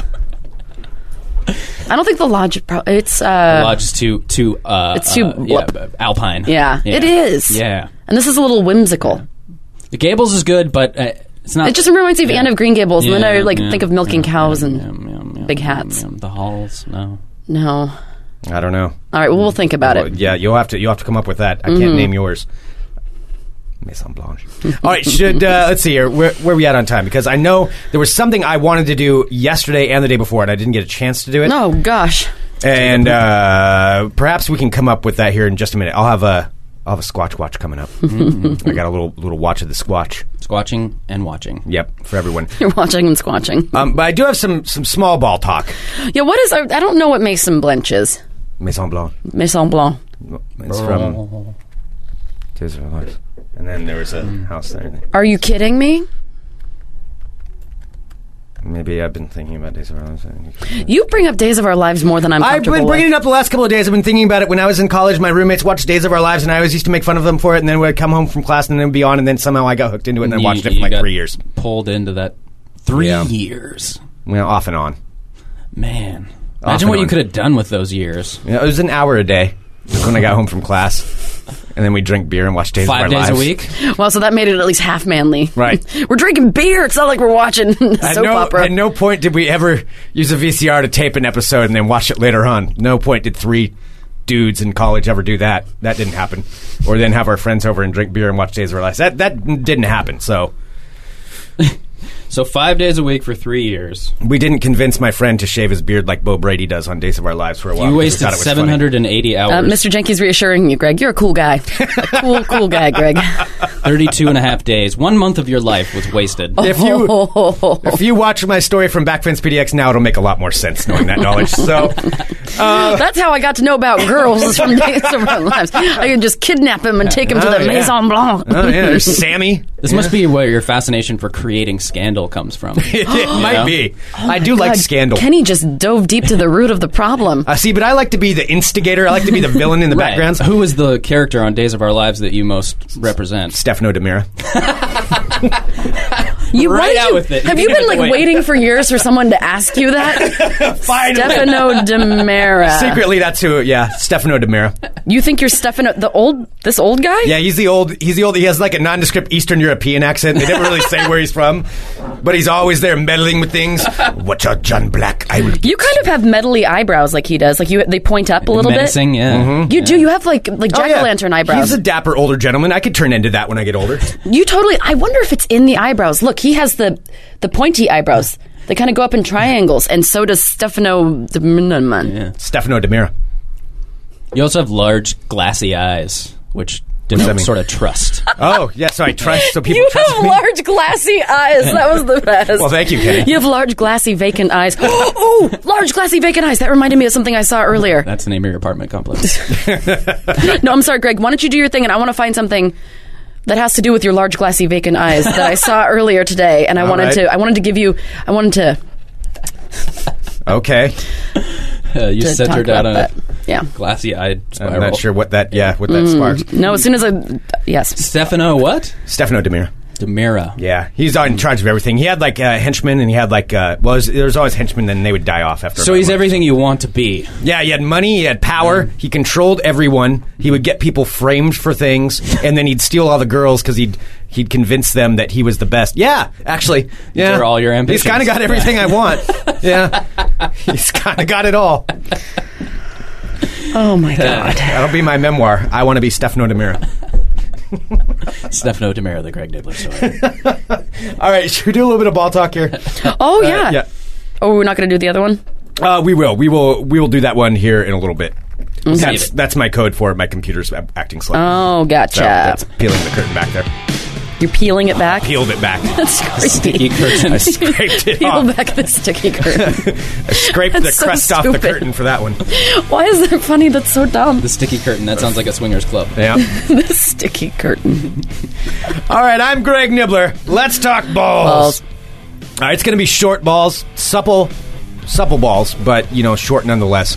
Speaker 5: I don't think the Lodge. would Pro- it's uh,
Speaker 7: Lodge is too too. Uh,
Speaker 5: It's too
Speaker 7: uh, yeah,
Speaker 5: blip.
Speaker 7: uh, alpine.
Speaker 5: Yeah, it is.
Speaker 7: Yeah,
Speaker 5: and this is a little whimsical.
Speaker 7: the Gables is good, but uh, it's not.
Speaker 5: It just reminds me of Anne of Green Gables, and then I
Speaker 7: Yeah,
Speaker 5: like
Speaker 7: yeah,
Speaker 5: think of milking
Speaker 7: yeah,
Speaker 5: cows
Speaker 7: yeah,
Speaker 5: and
Speaker 7: yeah, yeah, yeah,
Speaker 5: big
Speaker 7: yeah,
Speaker 5: hats.
Speaker 7: yeah. The halls, no.
Speaker 5: no.
Speaker 6: I don't know.
Speaker 5: All right, well, we'll think about
Speaker 6: Well,
Speaker 5: it.
Speaker 6: yeah, you'll have to you'll have to come up with that. I can't name yours. Maison Blanche. All right, should uh, let's see here. Where, where are we at on time? Because I know there was something I wanted to do yesterday and the day before, and I didn't get a chance to do it.
Speaker 5: Oh gosh.
Speaker 6: And uh, perhaps we can come up with that here in just a minute. I'll have a I'll have a Squatch watch coming up. I got a little little watch of the Squatch.
Speaker 7: Squatching and watching.
Speaker 6: Yep, for everyone.
Speaker 5: You're watching and squatching.
Speaker 6: Um, but I do have some some small ball talk.
Speaker 5: Yeah, what is? I don't know what Mason Blanche is.
Speaker 6: Maison Blanche.
Speaker 5: Maison Blanc.
Speaker 6: It's
Speaker 7: Oh.
Speaker 6: from. Tears of Our Lives. And then there was a house there.
Speaker 5: Are you kidding me?
Speaker 6: Maybe I've been thinking about Days of Our Lives.
Speaker 5: You bring up Days of Our Lives more than I'm
Speaker 6: I've
Speaker 5: comfortable
Speaker 6: been bringing
Speaker 5: with.
Speaker 6: it up the last couple of days. I've been thinking about it. When I was in college, my roommates watched Days of Our Lives, and I always used to make fun of them for it. And then we'd come home from class, and then it'd be on, and then somehow I got hooked into it, and I
Speaker 7: You-
Speaker 6: watched it
Speaker 7: you
Speaker 6: for like
Speaker 7: got
Speaker 6: three years.
Speaker 7: Pulled into that three
Speaker 6: Yeah.
Speaker 7: years,
Speaker 6: Well, off and on.
Speaker 7: man.
Speaker 6: Off
Speaker 7: Imagine
Speaker 6: and
Speaker 7: what you
Speaker 6: Oh, on.
Speaker 7: could have done with those years.
Speaker 6: Yeah, it was an hour a day when I got home from class, and then we drink beer and watch Days
Speaker 7: Five
Speaker 6: of Our
Speaker 7: days
Speaker 6: Lives.
Speaker 7: a week.
Speaker 5: Well, so that made it at least half manly.
Speaker 6: Right.
Speaker 5: we're drinking beer. It's not like we're watching a soap
Speaker 6: At no,
Speaker 5: opera.
Speaker 6: at no point did we ever use a VCR to tape an episode and then watch it later on. No point did three dudes in college ever do that. That didn't happen. Or then have our friends over and drink beer and watch Days of Our Lives. That that didn't happen. So
Speaker 7: So five days a week for three years.
Speaker 6: we didn't convince my friend to shave his beard like Bo Brady does on Days of Our Lives for a while.
Speaker 7: You
Speaker 6: because we
Speaker 7: wasted
Speaker 6: thought it was funny.
Speaker 7: seven hundred and eighty hours.
Speaker 5: Uh, Mr. Jenkins reassuring you, Greg. You're a cool guy. A cool, cool guy, Greg.
Speaker 7: 32 and a half days. One month of your life was wasted.
Speaker 5: Oh.
Speaker 6: If
Speaker 7: Oh.
Speaker 6: you if you watch my story from Backfence PDX now, it'll make a lot more sense knowing that knowledge. So uh,
Speaker 5: That's how I got to know about girls is from Days of Our Lives. I could just kidnap him and take him to
Speaker 6: Oh,
Speaker 5: the
Speaker 6: yeah.
Speaker 5: Maison Blanc.
Speaker 6: oh, yeah, there's Sammy.
Speaker 7: This must be where your fascination for creating scandal comes from.
Speaker 6: It might
Speaker 7: Yeah. Oh
Speaker 6: be. I do like
Speaker 5: God,
Speaker 6: scandal.
Speaker 5: Kenny just dove deep to the root of the problem.
Speaker 6: Uh, see, but I like to be the instigator. I like to be the villain in the
Speaker 7: Right.
Speaker 6: background.
Speaker 7: Who was the character on Days of Our Lives that you most represent?
Speaker 6: Stefano Demira.
Speaker 5: You
Speaker 7: right
Speaker 5: why did
Speaker 7: out
Speaker 5: you-
Speaker 7: with it.
Speaker 5: Have
Speaker 7: You
Speaker 5: you
Speaker 7: didn't
Speaker 5: been
Speaker 7: have to wait.
Speaker 5: like waiting for years for someone to ask you that?
Speaker 6: Finally.
Speaker 5: Stefano Demera.
Speaker 6: Secretly, that's who. Yeah, Stefano Demira.
Speaker 5: You think you're Stefano the old this old guy?
Speaker 6: Yeah, he's the old. He's the old. He has like a nondescript Eastern European accent. They never really say where he's from, but he's always there meddling with things. Watch out, John Black. I will.
Speaker 5: You kind of have medley eyebrows like he does. Like you they point up a little
Speaker 7: Menacing, yeah.
Speaker 6: Mm-hmm.
Speaker 5: bit. You do. You have like like
Speaker 6: Oh,
Speaker 5: jack
Speaker 6: yeah.
Speaker 5: o' lantern eyebrows.
Speaker 6: He's a dapper older gentleman. I could turn into that when I get older.
Speaker 5: you totally. I wonder if it's in the eyebrows. Look, he has the the pointy eyebrows. They kind of go up in triangles, and so does Stefano the Minuteman.
Speaker 6: Stefano Demira.
Speaker 7: You also have large, glassy eyes, which
Speaker 6: that mean?
Speaker 7: denotes sort of trust.
Speaker 6: Oh, yeah. So I trust. So people
Speaker 5: You
Speaker 6: trust
Speaker 5: have
Speaker 6: me.
Speaker 5: large glassy eyes. That was the best.
Speaker 6: Well, thank you, Kenny.
Speaker 5: You have large glassy vacant eyes. oh, large glassy vacant eyes. That reminded me of something I saw earlier.
Speaker 7: That's the name of your apartment complex.
Speaker 5: No, I'm sorry, Greg. Why don't you do your thing? And I want to find something that has to do with your large glassy vacant eyes that I saw earlier today. And I
Speaker 6: All
Speaker 5: wanted
Speaker 6: right.
Speaker 5: to. I wanted to give you. I wanted to.
Speaker 6: Okay.
Speaker 7: Uh, you
Speaker 5: to talk
Speaker 7: centered out
Speaker 5: about
Speaker 7: on
Speaker 5: that.
Speaker 7: a
Speaker 5: Yeah.
Speaker 7: glassy-eyed
Speaker 6: I'm
Speaker 7: spiral.
Speaker 6: not sure what that. Yeah, what
Speaker 5: Mm.
Speaker 6: that sparked.
Speaker 5: No. As soon as I. Yes.
Speaker 7: Stefano what?
Speaker 6: Stefano Demira.
Speaker 7: Demira.
Speaker 6: Yeah, he's in charge of everything. He had like uh, henchmen, and he had like uh, well, there's- there's always henchmen, and they would die off after.
Speaker 7: So
Speaker 6: about
Speaker 7: he's
Speaker 6: a month.
Speaker 7: everything you want to be.
Speaker 6: Yeah, he had money, he had power, he controlled everyone. He would get people framed for things, and then he'd steal all the girls because he'd he'd convince them that he was the best. Yeah, actually, yeah,
Speaker 7: are all your ambitions.
Speaker 6: He's kind of got everything I want. Yeah, he's kind of got it all.
Speaker 5: Oh my God.
Speaker 6: That'll be my memoir. I want to be Stefano Demira.
Speaker 7: Stefano Demira, the Greg Nibbler story.
Speaker 6: All right, should we do a little bit of ball talk here?
Speaker 5: Oh yeah.
Speaker 6: Uh, yeah.
Speaker 5: Oh, we're not going to do the other one.
Speaker 6: Uh, we will. We will. We will do that one here in a little bit. That's,
Speaker 7: Save it.
Speaker 6: that's my code for it. my computer's a- acting slow.
Speaker 5: Oh,
Speaker 6: So
Speaker 5: gotcha.
Speaker 6: that's peeling the curtain back there.
Speaker 5: You're peeling it back.
Speaker 6: Peeled it back.
Speaker 5: That's creepy.
Speaker 7: Sticky curtain.
Speaker 6: Scraped it
Speaker 5: Peel
Speaker 6: off.
Speaker 5: back the sticky curtain.
Speaker 6: Scraped the
Speaker 5: That's so
Speaker 6: crust off the
Speaker 5: stupid.
Speaker 6: curtain for that one.
Speaker 5: Why is that funny? That's so dumb.
Speaker 7: the sticky curtain. That sounds like a swingers club.
Speaker 6: Yeah.
Speaker 5: The sticky curtain.
Speaker 6: All right, I'm Greg Nibbler. Let's talk balls.
Speaker 5: Balls.
Speaker 6: All right, it's going to be short balls, supple, supple balls, but you know, short nonetheless.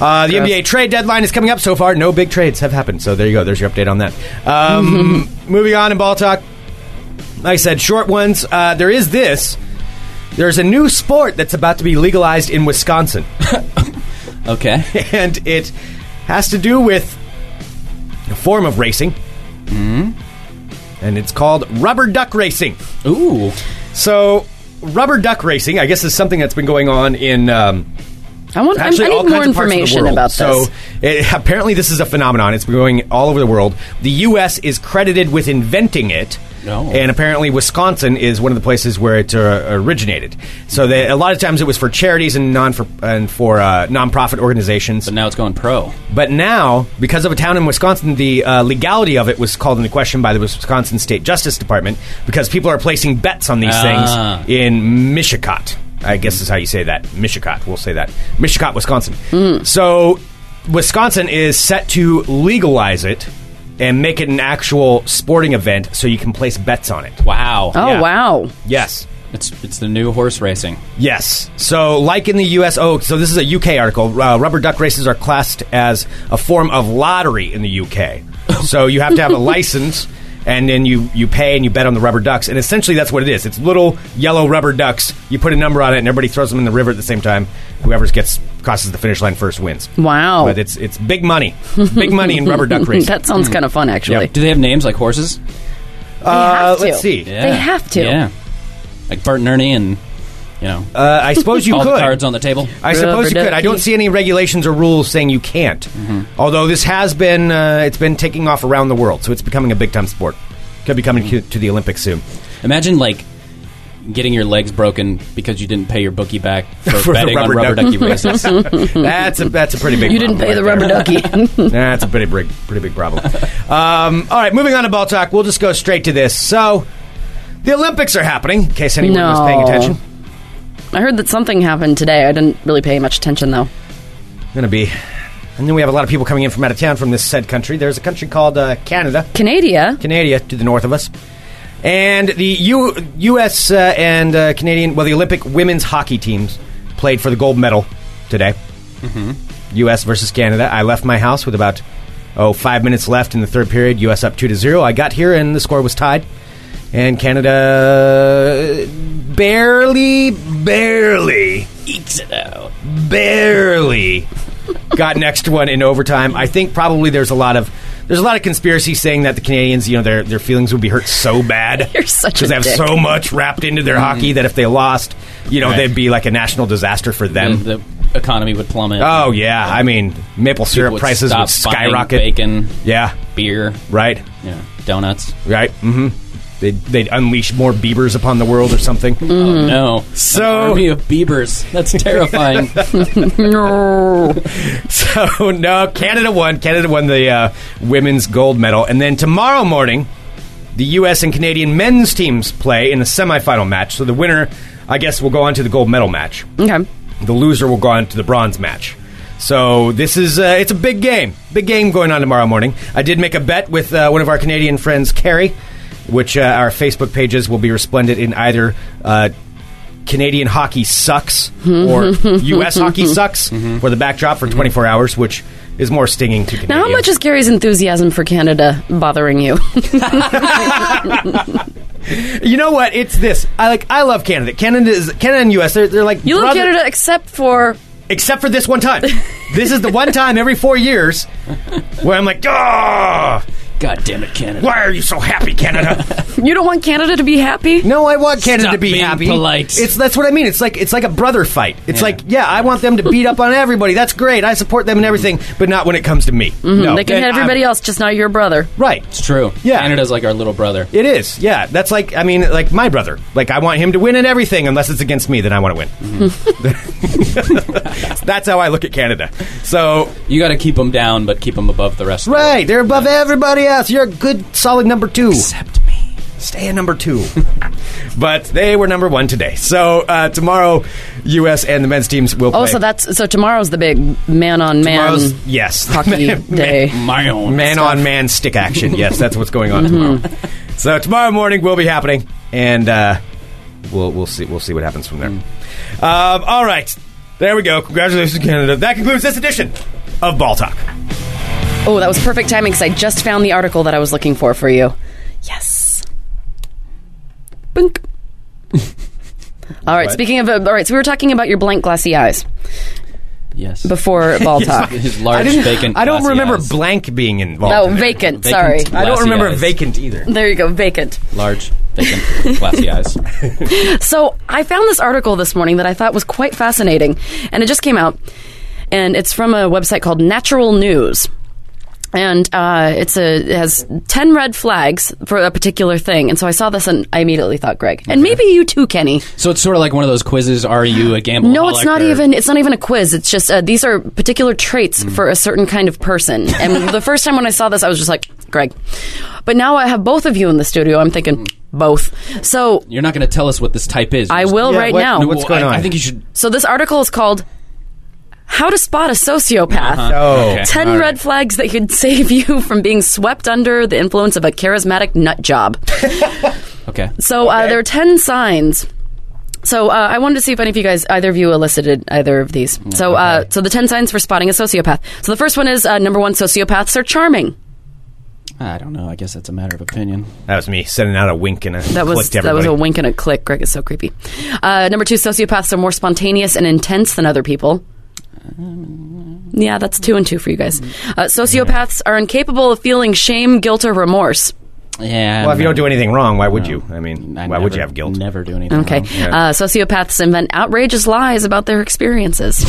Speaker 6: Uh, the NBA trade deadline is coming up. So far, no big trades have happened. So there you go. There's your update on that. Um, moving on in ball talk. Like I said, short ones. Uh, there is this. There's a new sport that's about to be legalized in Wisconsin,
Speaker 7: Okay.
Speaker 6: and it has to do with a form of racing,
Speaker 5: Hmm?
Speaker 6: and it's called rubber duck racing.
Speaker 7: Ooh.
Speaker 6: So, rubber duck racing, I guess, is something that's been going on in um,
Speaker 5: I want. I'm- I
Speaker 6: actually all
Speaker 5: need
Speaker 6: kinds
Speaker 5: more
Speaker 6: of parts of the
Speaker 5: information
Speaker 6: world.
Speaker 5: about this.
Speaker 6: So, it, apparently, this is a phenomenon. It's been going all over the world. The U.S. is credited with inventing it.
Speaker 7: No.
Speaker 6: And apparently, Wisconsin is one of the places where it uh, originated. So, they, a lot of times it was for charities and non for and for uh, nonprofit organizations.
Speaker 7: But now it's going pro.
Speaker 6: But now, because of a town in Wisconsin, the uh, legality of it was called into question by the Wisconsin State Justice Department because people are placing bets on these
Speaker 7: Ah.
Speaker 6: things in Michicot. I guess is how you say that. Michicot. We'll say that. Michicot, Wisconsin. So, Wisconsin is set to legalize it and make it an actual sporting event so you can place bets on it.
Speaker 7: Wow.
Speaker 5: oh
Speaker 6: yeah.
Speaker 5: wow.
Speaker 6: Yes.
Speaker 7: It's it's the new horse racing.
Speaker 6: Yes. So, like in the U.S., oh, so this is a UK article. Uh, rubber duck races are classed as a form of lottery in the UK. So you have to have a license, and then you you pay and you bet on the rubber ducks, and essentially that's what it is. It's little yellow rubber ducks. You put a number on it, and everybody throws them in the river at the same time. Whoever gets crosses the finish line first wins.
Speaker 5: Wow.
Speaker 6: But it's it's big money, big money in rubber duck racing.
Speaker 5: that sounds kind of fun, actually.
Speaker 7: Do they have names like horses?
Speaker 6: uh,
Speaker 5: have to.
Speaker 6: let's see.
Speaker 7: Yeah.
Speaker 5: They have to.
Speaker 7: Yeah. Like Bert and Ernie and, you know,
Speaker 6: Uh, I suppose you
Speaker 7: all
Speaker 6: could.
Speaker 7: the cards on the table.
Speaker 6: I suppose you could. I don't
Speaker 5: Rubber-ducky.
Speaker 6: see any regulations or rules saying you can't.
Speaker 5: Mm-hmm.
Speaker 6: Although this has been, uh, it's been taking off around the world, so it's becoming a big time sport. Could be coming to, to the Olympics soon.
Speaker 7: Imagine, like, getting your legs broken because you didn't pay your bookie back for,
Speaker 6: For the
Speaker 7: betting
Speaker 6: rubber
Speaker 7: on rubber
Speaker 6: duck.
Speaker 7: ducky races.
Speaker 6: That's a that's a pretty big.
Speaker 5: You didn't
Speaker 6: problem
Speaker 5: pay
Speaker 6: right
Speaker 5: the
Speaker 6: there.
Speaker 5: rubber ducky.
Speaker 6: That's a pretty big pretty big problem. um, all right, moving on to ball talk. We'll just go straight to this. So, the Olympics are happening. In case anyone was paying
Speaker 5: No.
Speaker 6: attention,
Speaker 5: I heard that something happened today. I didn't really pay much attention though.
Speaker 6: going to be. And then we have a lot of people coming in from out of town from this said country. There's a country called uh, Canada.
Speaker 5: Canada.
Speaker 6: Canada to the north of us. And the U- U.S. Uh, and uh, Canadian, well, the Olympic women's hockey teams played for the gold medal today. U.S. versus Canada. I left my house with about oh five minutes left in the third period. U.S. up two to zero. I got here and the score was tied, and Canada barely, barely
Speaker 7: Ekes it out.
Speaker 6: barely got next one in overtime. I think probably there's a lot of there's a lot of conspiracy saying that the Canadians, you know, their their feelings would be hurt so bad
Speaker 5: You're such a
Speaker 6: they have
Speaker 5: dick.
Speaker 6: so much wrapped into their hockey that if they lost, you
Speaker 7: Mm-hmm. Right.
Speaker 6: know,
Speaker 7: Mm-hmm.
Speaker 6: they'd be like a national disaster for them.
Speaker 7: The, the economy would plummet.
Speaker 6: oh yeah, I mean, maple syrup
Speaker 7: Would
Speaker 6: prices
Speaker 7: stop
Speaker 6: would
Speaker 7: buying
Speaker 6: skyrocket.
Speaker 7: Bacon,
Speaker 6: Yeah,
Speaker 7: beer,
Speaker 6: right,
Speaker 7: you know, donuts.
Speaker 6: right. Mm-hmm. They'd, they'd unleash more Biebers upon the world or something.
Speaker 7: Oh, no.
Speaker 6: So-
Speaker 7: An army of Biebers. That's terrifying.
Speaker 5: No.
Speaker 6: So no, Canada won. Canada won the uh, women's gold medal, and then tomorrow morning, the U.S. and Canadian men's teams play in a semifinal match. So the winner, I guess, will go on to the gold medal match.
Speaker 5: Okay.
Speaker 6: The loser will go on to the bronze match. So this is uh, it's a big game, big game going on tomorrow morning. I did make a bet with uh, one of our Canadian friends, Carrie, which uh, our Facebook pages will be resplendent in either. Uh, Canadian hockey sucks,
Speaker 5: Hmm.
Speaker 6: or U.S. hockey sucks, for the backdrop for 24 hours, which is more stinging to Canadians.
Speaker 5: Mm-hmm. Now, how much is Gary's enthusiasm for Canada bothering you?
Speaker 6: you know what? It's this. I like. I love Canada. Canada is Canada and U.S. They're, they're like
Speaker 5: You love
Speaker 6: brother-
Speaker 5: Canada except for
Speaker 6: except for this one time. this is the one time every four years where I'm like, ah,
Speaker 7: God damn it, Canada.
Speaker 6: why are you so happy, Canada?
Speaker 5: you don't want Canada to be happy.
Speaker 6: no, I want Canada
Speaker 7: Stop
Speaker 6: to be
Speaker 7: being
Speaker 6: happy.
Speaker 7: polite.
Speaker 6: It's that's what I mean. It's like it's like a brother fight. It's like, yeah, I want them to beat up on everybody. That's great. I support them and everything, but not when it comes to me. No,
Speaker 5: they can
Speaker 6: then
Speaker 5: hit everybody
Speaker 6: I'm-
Speaker 5: else, just not your brother.
Speaker 6: Right.
Speaker 7: It's true.
Speaker 6: Yeah.
Speaker 7: Canada's like our little brother.
Speaker 6: It is, yeah. That's like, I mean, like my brother. Like, I want him to win in everything, unless it's against me, then I want to win. That's how I look at Canada. So,
Speaker 7: You got to keep them down, but keep them above the rest. of the world.
Speaker 6: right, they're above everybody else. You're a good, solid number two.
Speaker 7: Except me.
Speaker 6: Stay at number two. but they were number one today. So, uh, tomorrow, U.S. and the men's teams will play.
Speaker 5: Oh, so that's so tomorrow's the big man on man
Speaker 6: Tomorrow's- yes.
Speaker 5: hockey
Speaker 6: Man-
Speaker 5: day.
Speaker 7: My own.
Speaker 6: Man on man stick action. Yes, that's what's going on tomorrow. So tomorrow morning will be happening, and uh, we'll we'll see we'll see what happens from there. Um, all right, there we go. Congratulations, Canada. That concludes this edition of Ball Talk.
Speaker 5: Oh, that was perfect timing because I just found the article that I was looking for for you. Yes. Boink. all right.
Speaker 6: What?
Speaker 5: Speaking of, uh, all right. So we were talking about your blank glassy eyes
Speaker 7: Yes.
Speaker 5: before ball talk.
Speaker 7: His large vacant.
Speaker 6: I don't
Speaker 7: glassy
Speaker 6: remember
Speaker 7: eyes.
Speaker 6: blank being involved.
Speaker 5: Oh,
Speaker 6: in it.
Speaker 5: vacant.
Speaker 7: Vacant.
Speaker 5: Sorry.
Speaker 6: I don't
Speaker 7: Glassy
Speaker 6: remember
Speaker 7: eyes.
Speaker 6: vacant either.
Speaker 5: There you go. Vacant.
Speaker 7: large vacant glassy eyes.
Speaker 5: So I found this article this morning that I thought was quite fascinating, and it just came out, and it's from a website called Natural News. And uh, it's a it has ten red flags for a particular thing, and so I saw this and I immediately thought, Greg, and maybe you too, Kenny.
Speaker 7: So it's sort of like one of those quizzes. Are you a gambler?
Speaker 5: No, it's not even it's not even a quiz. It's just uh, these are particular traits
Speaker 6: Mm.
Speaker 5: for a certain kind of person. And the first time when I saw this, I was just like, Greg. But now I have both of you in the studio. I'm thinking both. So
Speaker 7: You're not going to tell us what this type is.
Speaker 5: I will
Speaker 6: Yeah,
Speaker 5: right
Speaker 6: what-
Speaker 5: now.
Speaker 6: what's
Speaker 7: Well,
Speaker 6: going
Speaker 7: I-
Speaker 6: on?
Speaker 7: I think you should.
Speaker 5: So this article is called "How to Spot a Sociopath."
Speaker 6: Oh,
Speaker 7: uh, Uh-huh. Okay.
Speaker 5: Ten
Speaker 7: All right.
Speaker 5: red flags that could save you from being swept under the influence of a charismatic nut job.
Speaker 7: Okay.
Speaker 5: So uh, there are ten signs. So uh, I wanted to see if any of you guys, either of you, elicited either of these. So,
Speaker 7: Mm,
Speaker 5: uh, so the ten signs for spotting a sociopath. So the first one is uh, number one: sociopaths are charming.
Speaker 7: I don't know. I guess that's a matter of opinion.
Speaker 6: That was me sending out a wink and a
Speaker 5: That
Speaker 6: click
Speaker 5: was
Speaker 6: to
Speaker 5: that was
Speaker 6: everybody.
Speaker 5: a wink and a click. Greg is so creepy. Uh, number two, sociopaths are more spontaneous and intense than other people. Yeah, that's two and two for you guys. Uh, sociopaths are incapable of feeling shame, guilt, or remorse.
Speaker 7: Yeah.
Speaker 6: Well, if you don't do anything wrong, why would
Speaker 7: No.
Speaker 6: you? I mean,
Speaker 7: I
Speaker 6: why would you
Speaker 7: never-
Speaker 6: have guilt?
Speaker 7: Never do anything.
Speaker 5: Okay,
Speaker 7: wrong.
Speaker 5: uh, sociopaths invent outrageous lies about their experiences.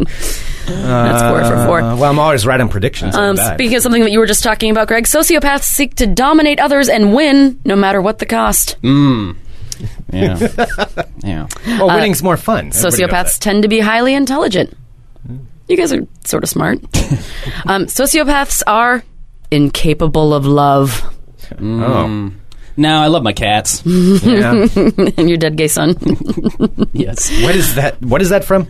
Speaker 5: that's four for four.
Speaker 6: Uh, well, I'm always right on predictions.
Speaker 5: Um,
Speaker 6: Bad.
Speaker 5: speaking of something that you were just talking about, Greg, sociopaths seek to dominate others and win, no matter what the cost.
Speaker 7: Yeah. yeah.
Speaker 6: well,
Speaker 5: uh,
Speaker 6: winning's more fun. Everybody knows
Speaker 5: Sociopaths tend to be highly intelligent. You guys are sort of smart. um, sociopaths are incapable of love.
Speaker 6: that.
Speaker 5: Mm.
Speaker 6: Oh,
Speaker 7: No, I love my cats.
Speaker 6: yeah.
Speaker 5: and your dead gay son.
Speaker 7: yes.
Speaker 6: what is that? What is that from?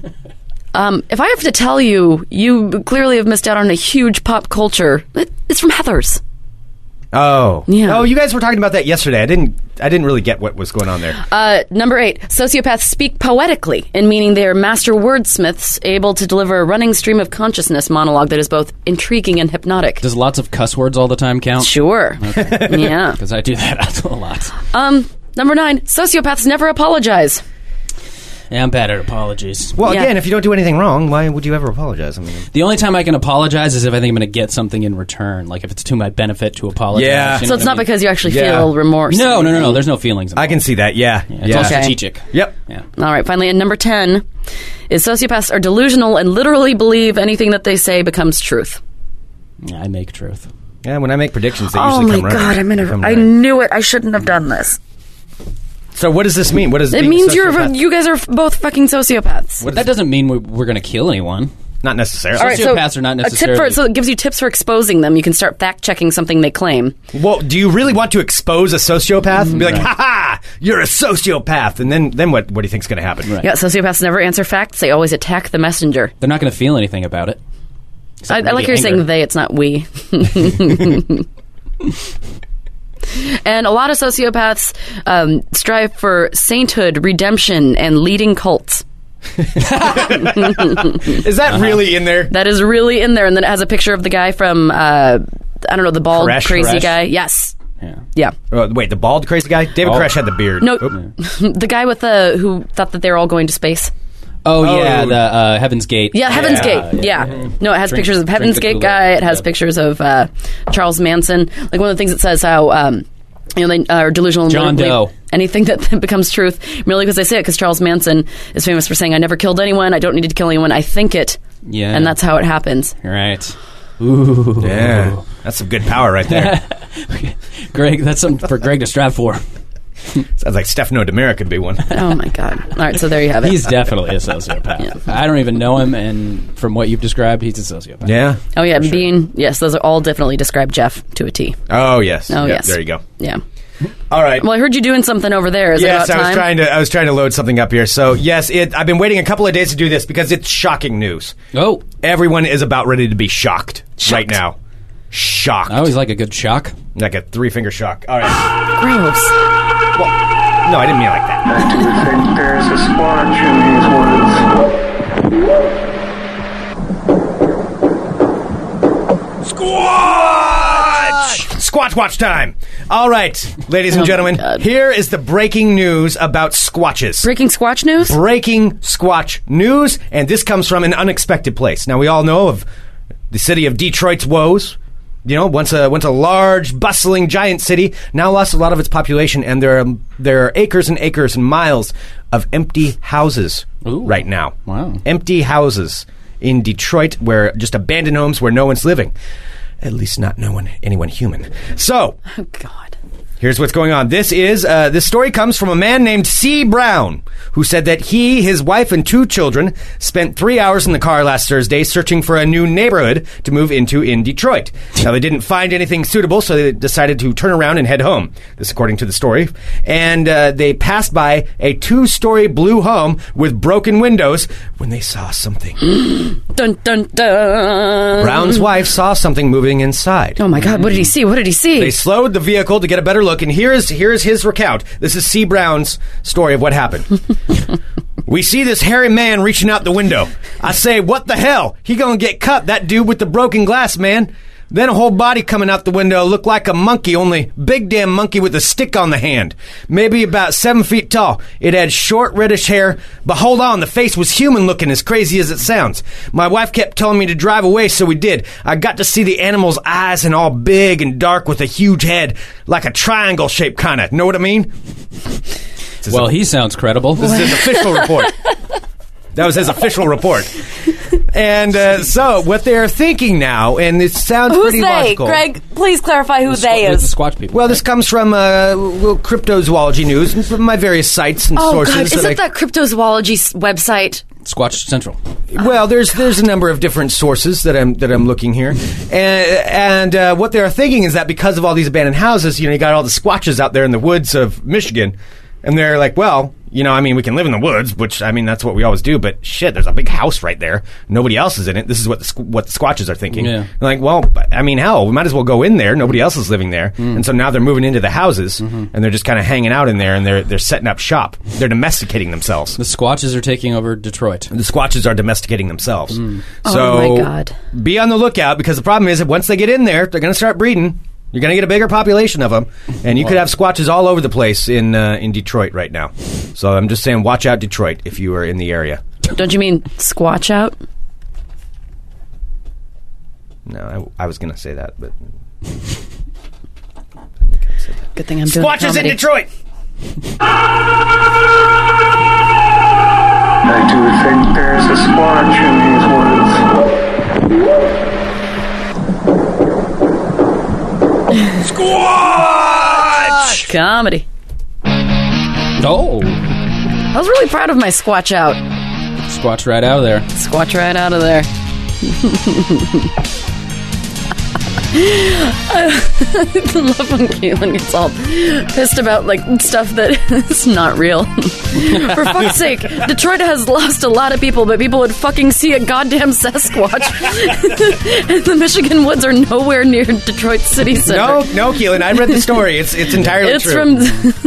Speaker 5: um, if I have to tell you, you clearly have missed out on a huge pop culture. It, it's from Heather's.
Speaker 6: Oh,
Speaker 5: Yeah.
Speaker 6: Oh, you guys were talking about that yesterday. I didn't. I didn't really get what was going on there.
Speaker 5: Uh, number eight, sociopaths speak poetically, in meaning they are master wordsmiths able to deliver a running stream of consciousness monologue that is both intriguing and hypnotic.
Speaker 7: Does lots of cuss words all the time count?
Speaker 5: sure. yeah.
Speaker 7: Because I do that a lot.
Speaker 5: Um, number nine, sociopaths never apologize.
Speaker 7: Yeah, I'm bad at apologies.
Speaker 6: well,
Speaker 5: yeah.
Speaker 6: again, if you don't do anything wrong, why would you ever apologize? I mean,
Speaker 7: The only time I can apologize is if I think I'm going to get something in return. Like if it's to my benefit to apologize.
Speaker 6: Yeah.
Speaker 7: you know
Speaker 5: So
Speaker 7: what
Speaker 5: it's
Speaker 7: I
Speaker 5: not
Speaker 7: mean?
Speaker 5: because you actually
Speaker 6: Yeah.
Speaker 5: feel remorse.
Speaker 7: No, no, no, no. There's no feelings.
Speaker 6: I can see that. Yeah.
Speaker 7: It's all strategic.
Speaker 6: Yep.
Speaker 7: Yeah.
Speaker 5: All right, finally, and number 10 is sociopaths are delusional and literally believe anything that they say becomes truth.
Speaker 7: Yeah, I make truth.
Speaker 6: Yeah. When I make predictions, they
Speaker 5: Oh
Speaker 6: usually come right. come right.
Speaker 5: knew it. I shouldn't have done this.
Speaker 6: So what does this mean? What does
Speaker 5: It
Speaker 6: being a
Speaker 5: means you're
Speaker 6: sociopath-
Speaker 5: you guys are f- both fucking sociopaths.
Speaker 7: But that doesn't mean we, we're going to kill anyone.
Speaker 6: not necessarily.
Speaker 5: All right, so
Speaker 7: sociopaths are not
Speaker 5: a tip for
Speaker 7: necessarily-
Speaker 5: so it gives you tips for exposing them. You can start fact checking something they claim.
Speaker 6: Well, do you really want to expose a sociopath and be like, "Ha ha, you're a sociopath," and then then what? What do you think's going to happen?
Speaker 7: Right.
Speaker 5: Yeah, sociopaths never answer facts. They always attack the messenger.
Speaker 7: They're not going to feel anything about it.
Speaker 5: I, I
Speaker 7: maybe
Speaker 5: like you're saying
Speaker 7: anger.
Speaker 5: they. It's not we. and a lot of sociopaths um, strive for sainthood, redemption, and leading cults.
Speaker 6: Is that
Speaker 7: Uh-huh.
Speaker 6: really in there?
Speaker 5: That is really in there. And then it has a picture of the guy from uh, I don't know the bald
Speaker 6: Koresh,
Speaker 5: crazy
Speaker 6: Koresh?
Speaker 5: guy. Yes.
Speaker 7: Yeah.
Speaker 5: Yeah.
Speaker 6: Oh, wait, the bald crazy guy. David
Speaker 7: Oh.
Speaker 6: Koresh had the beard.
Speaker 5: No,
Speaker 6: Oop.
Speaker 5: the guy with the who thought that they were all going to space.
Speaker 7: Oh,
Speaker 6: Oh.
Speaker 7: yeah, the uh, Heaven's Gate.
Speaker 5: Yeah, Heaven's
Speaker 7: Yeah,
Speaker 5: Gate.
Speaker 7: yeah,
Speaker 5: Yeah.
Speaker 7: yeah.
Speaker 5: No, it has
Speaker 7: Drink-
Speaker 5: pictures of
Speaker 7: drink
Speaker 5: Heaven's
Speaker 7: the
Speaker 5: Gate
Speaker 7: Kool-Aid.
Speaker 5: guy. It has
Speaker 7: Yeah.
Speaker 5: pictures of uh, Charles Manson. Like one of the things it says how. Um, you know, they are delusional. and
Speaker 7: John
Speaker 5: believe
Speaker 7: Doe.
Speaker 5: Anything that becomes truth, merely because they say it. Because Charles Manson is famous for saying, "I never killed anyone. I don't need to kill anyone. I think it."
Speaker 7: Yeah.
Speaker 5: And that's how it happens.
Speaker 7: Right. Ooh.
Speaker 6: Yeah, that's some good power right there.
Speaker 7: Greg, that's something for Greg to strive for.
Speaker 6: Sounds like Stefano Demira could be one.
Speaker 5: Oh my god! All right, so there you have it.
Speaker 7: He's definitely a sociopath. I don't even know him, and from what you've described, he's a sociopath.
Speaker 6: Yeah.
Speaker 5: oh yeah, being yes, those are all definitely describe Jeff to a T.
Speaker 6: Oh yes.
Speaker 5: Oh
Speaker 6: Yep,
Speaker 5: yes,
Speaker 6: There you go.
Speaker 5: Yeah.
Speaker 6: All right.
Speaker 5: Well, I heard you doing something over there. Is
Speaker 6: Yes,
Speaker 5: it about
Speaker 6: I was
Speaker 5: time?
Speaker 6: trying to. I was trying to load something up here. So yes, it. I've been waiting a couple of days to do this because it's shocking news.
Speaker 7: Oh,
Speaker 6: Everyone is about ready to be shocked, right now. Shocked,
Speaker 7: I always like a good shock.
Speaker 6: like a three finger shock. All right.
Speaker 5: Gross.
Speaker 6: Well, no, I didn't mean it like that.
Speaker 8: think there's a splotch in these woods.
Speaker 6: Squatch! Squatch watch time. All right, ladies and gentlemen,
Speaker 5: God.
Speaker 6: here is the breaking news about squatches.
Speaker 5: Breaking Squatch news.
Speaker 6: breaking squatch news, and this comes from an unexpected place. Now we all know of the city of Detroit's woes. You know, once a once a large, bustling, giant city, now lost a lot of its population, and there are, there are acres and acres and miles of empty houses
Speaker 7: Ooh.
Speaker 6: right now.
Speaker 7: Wow.
Speaker 6: empty houses in Detroit, where just abandoned homes where no one's living. At least not no one, anyone human. So
Speaker 5: oh God.
Speaker 6: Here's what's going on. This is uh, this story comes from a man named C. Brown, who said that he, his wife, and two children spent three hours in the car last Thursday searching for a new neighborhood to move into in Detroit. Now they didn't find anything suitable, so they decided to turn around and head home. This, according to the story, and uh, they passed by a two-story blue home with broken windows when they saw something.
Speaker 5: Dun dun dun.
Speaker 6: Brown's wife saw something moving inside.
Speaker 5: Oh my God! What did he see? What did he see?
Speaker 6: They slowed the vehicle to get a better look, and here's here's his recount. This is C. Brown's story of what happened. we see this hairy man reaching out the window. I say, "What the hell? He gonna get cut? That dude with the broken glass, man." Then a whole body coming out the window looked like a monkey, only big damn monkey with a stick on the hand. Maybe about seven feet tall. It had short reddish hair, but hold on, the face was human looking, as crazy as it sounds. My wife kept telling me to drive away, so we did. I got to see the animal's eyes and all big and dark with a huge head, like a triangle shape kinda. Know what I mean?
Speaker 7: Well, he sounds credible.
Speaker 6: This is his official report. That was his official report. And uh, so, what they're thinking now, and it sounds
Speaker 9: Who's
Speaker 6: pretty
Speaker 9: they?
Speaker 6: logical.
Speaker 9: Greg, please clarify who they
Speaker 7: The
Speaker 9: is.
Speaker 7: Squatch people.
Speaker 6: Well, this comes from uh, little cryptozoology news and from my various sites and
Speaker 5: Oh
Speaker 6: sources.
Speaker 5: god,
Speaker 6: that I-
Speaker 5: isn't that cryptozoology s- website?
Speaker 7: Squatch Central.
Speaker 6: well, there's there's a number of different sources that I'm that I'm looking here, and, and uh, what they're thinking is that because of all these abandoned houses, you know, you got all the squatches out there in the woods of Michigan, and they're like, well, you know, I mean, we can live in the woods, which I mean, that's what we always do. But shit, there's a big house right there. Nobody else is in it. This is what the, squ- what the squatches are thinking.
Speaker 7: Yeah.
Speaker 6: They're like, well, I mean, hell, we might as well go in there. Nobody else is living there, and so now they're moving into the houses, and they're just kind of hanging out in there, and they're they're setting up shop. They're domesticating themselves
Speaker 7: The Squatches are taking over Detroit.
Speaker 6: the squatches are domesticating themselves. So
Speaker 5: Oh, my God.
Speaker 6: be on the lookout because the problem is that once they get in there, they're going to start breeding. You're going to get a bigger population of them, and you could have squatches all over the place in uh, in Detroit right now. So I'm just saying, watch out, Detroit, if you are in the area.
Speaker 5: Don't you mean Squatch out?
Speaker 6: No, I, I was going to say that, but
Speaker 5: Good thing I'm doing
Speaker 6: squatches in
Speaker 5: comedy.
Speaker 6: Detroit.
Speaker 8: I do think there's a squatch in these woods.
Speaker 5: Comedy.
Speaker 7: Oh,
Speaker 5: I was really proud of my Squatch out.
Speaker 7: Squatch right out of there.
Speaker 5: Squatch right out of there. I love when Caitlin gets all pissed about like stuff that is not real. For fuck's sake, Detroit has lost a lot of people, but people would fucking see a goddamn Sasquatch. and the Michigan woods are nowhere near Detroit city
Speaker 6: No,
Speaker 5: center.
Speaker 6: no, Keelan, I read the story. It's it's entirely
Speaker 5: it's
Speaker 6: true.
Speaker 5: from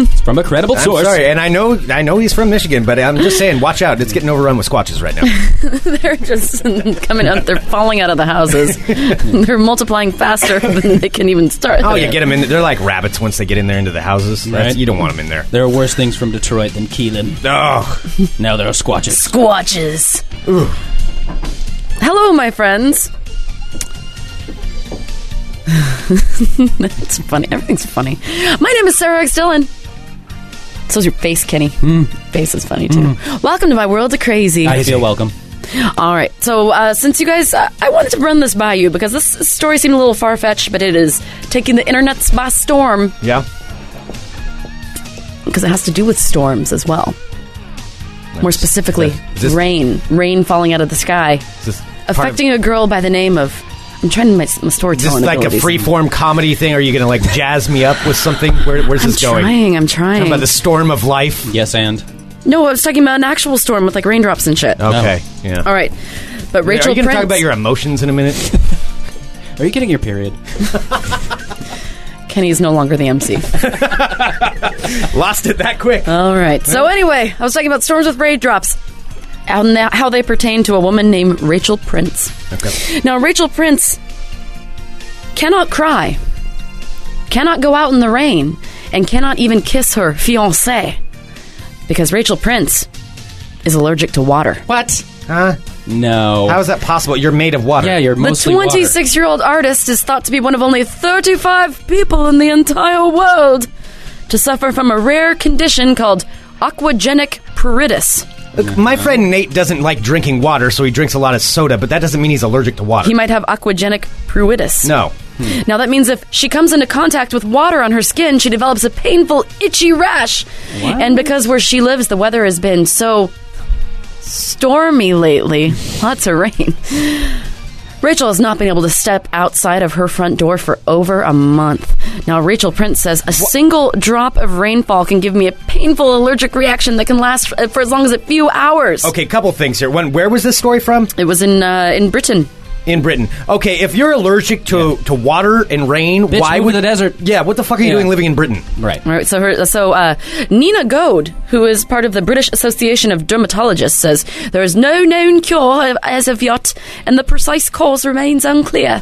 Speaker 7: It's from a credible
Speaker 6: I'm
Speaker 7: source.
Speaker 6: sorry, and I know I know he's from Michigan, but I'm just saying, watch out. It's getting overrun with squatches right now.
Speaker 5: they're just coming out. They're falling out of the houses. they're multiplying faster than they can even start.
Speaker 6: Oh, you get them in. They're like rabbits once they get in there into the houses. That's-
Speaker 7: Right.
Speaker 6: You don't want them in there.
Speaker 7: There are worse things from Detroit than Keelan.
Speaker 6: Oh,
Speaker 7: Now there are Squatches.
Speaker 5: Squatches. Hello, my friends. That's funny. Everything's funny. My name is Sarah X. Dillon. So's your face, Kenny.
Speaker 6: Hmm.
Speaker 5: Face is funny, too. Welcome to my world of crazy.
Speaker 7: I feel welcome.
Speaker 5: All right. So, uh, since you guys, uh, I wanted to run this by you because this story seemed a little far fetched, but it is taking the internets by storm
Speaker 6: yeah.
Speaker 5: because it has to do with storms as well. More specifically,
Speaker 6: Is this-
Speaker 5: rain. Rain falling out of the sky.
Speaker 6: Is this part of-
Speaker 5: affecting a girl by the name of. I'm trying to my, my
Speaker 6: Is
Speaker 5: storytelling.
Speaker 6: this like a
Speaker 5: abilities.
Speaker 6: free form comedy thing? Are you going to like jazz me up with something? Where, where's
Speaker 5: I'm
Speaker 6: this going?
Speaker 5: trying. I'm trying.
Speaker 6: Talking about the storm of life.
Speaker 7: Yes, and
Speaker 5: no, I was talking about an actual storm with like raindrops and shit.
Speaker 6: Okay. Yeah.
Speaker 5: All right, but Rachel
Speaker 6: Oh. Are you going to
Speaker 5: Prince.
Speaker 6: talk about your emotions in a minute?
Speaker 7: are you getting your period?
Speaker 5: Kenny is no longer the MC.
Speaker 6: Lost it that
Speaker 7: Uh.
Speaker 6: quick.
Speaker 5: All right. So anyway, I was talking about storms with raindrops. And the- how they pertain to a woman named Rachel Prince.
Speaker 6: Okay.
Speaker 5: Now, Rachel Prince cannot cry, cannot go out in the rain, and cannot even kiss her fiance because Rachel Prince is allergic to water.
Speaker 6: What? Huh?
Speaker 7: No.
Speaker 6: How is that possible? You're made of water.
Speaker 7: yeah, you're
Speaker 5: The
Speaker 7: mostly
Speaker 5: 26 year old artist is thought to be one of only 35 people in the entire world to suffer from a rare condition called aquagenic pruritus.
Speaker 6: Look, my friend Nate doesn't like drinking water, so he drinks a lot of soda, but that doesn't mean he's allergic to water.
Speaker 5: He might have aquagenic pruritus.
Speaker 6: no.
Speaker 5: Now that means if she comes into contact with water on her skin, she develops a painful, itchy rash. And because where she lives, the weather has been so stormy lately, lots of rain. Rachel has not been able to step outside of her front door for over a month. Now, Rachel Prince says a single drop of rainfall can give me a painful allergic reaction that can last uh, for as long as a few hours.
Speaker 6: Okay, couple things here. One, where was this story from?
Speaker 5: It was in uh, in Britain.
Speaker 6: in Britain. Okay, if you're allergic to, to water and rain,
Speaker 7: Bitch,
Speaker 6: why
Speaker 7: move
Speaker 6: would
Speaker 7: to the desert.
Speaker 6: Yeah, what the fuck are you
Speaker 7: Yeah.
Speaker 6: doing living in Britain?
Speaker 7: Right.
Speaker 5: All right, so her, so uh, Nina Goad, who is part of the British Association of Dermatologists, says there is no known cure as of yet, and the precise cause remains unclear.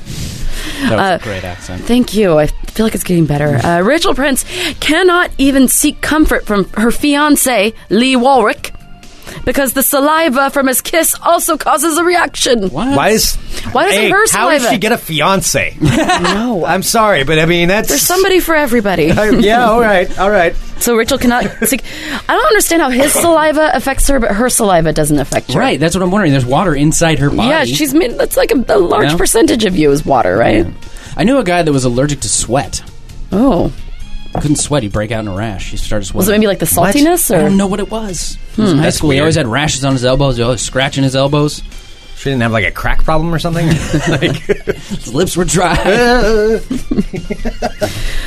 Speaker 7: That was
Speaker 5: Uh,
Speaker 7: a great accent.
Speaker 5: Thank you. I feel like it's getting better. Uh, Rachel Prince cannot even seek comfort from her fiance, Lee Walrick, because the saliva from his kiss also causes a reaction.
Speaker 7: What?
Speaker 6: Why is
Speaker 5: Why doesn't
Speaker 6: Hey,
Speaker 5: her
Speaker 6: How did
Speaker 5: saliva-
Speaker 6: she get a fiance?
Speaker 5: No.
Speaker 6: I'm sorry, but I mean that's
Speaker 5: There's somebody for everybody.
Speaker 6: I- yeah, all right, all right.
Speaker 5: So Rachel cannot seek. I don't understand how his saliva affects her, but her saliva doesn't affect her.
Speaker 7: Right, that's what I'm wondering. There's water inside her body.
Speaker 5: Yeah, she's made. That's like a, a large
Speaker 7: Yeah.
Speaker 5: percentage of you is water, right?
Speaker 7: I knew a guy that was allergic to sweat.
Speaker 5: Oh,
Speaker 7: Couldn't sweat. He'd break out in a rash. He started sweating.
Speaker 5: was it maybe like the
Speaker 6: What?
Speaker 5: saltiness
Speaker 7: I
Speaker 5: or? Hmm.
Speaker 7: don't know what it was. He was in high school. He
Speaker 6: weird.
Speaker 7: always had rashes on his elbows. He was always scratching his elbows.
Speaker 6: She didn't have like a crack problem or something. like,
Speaker 7: His lips were dry.
Speaker 6: I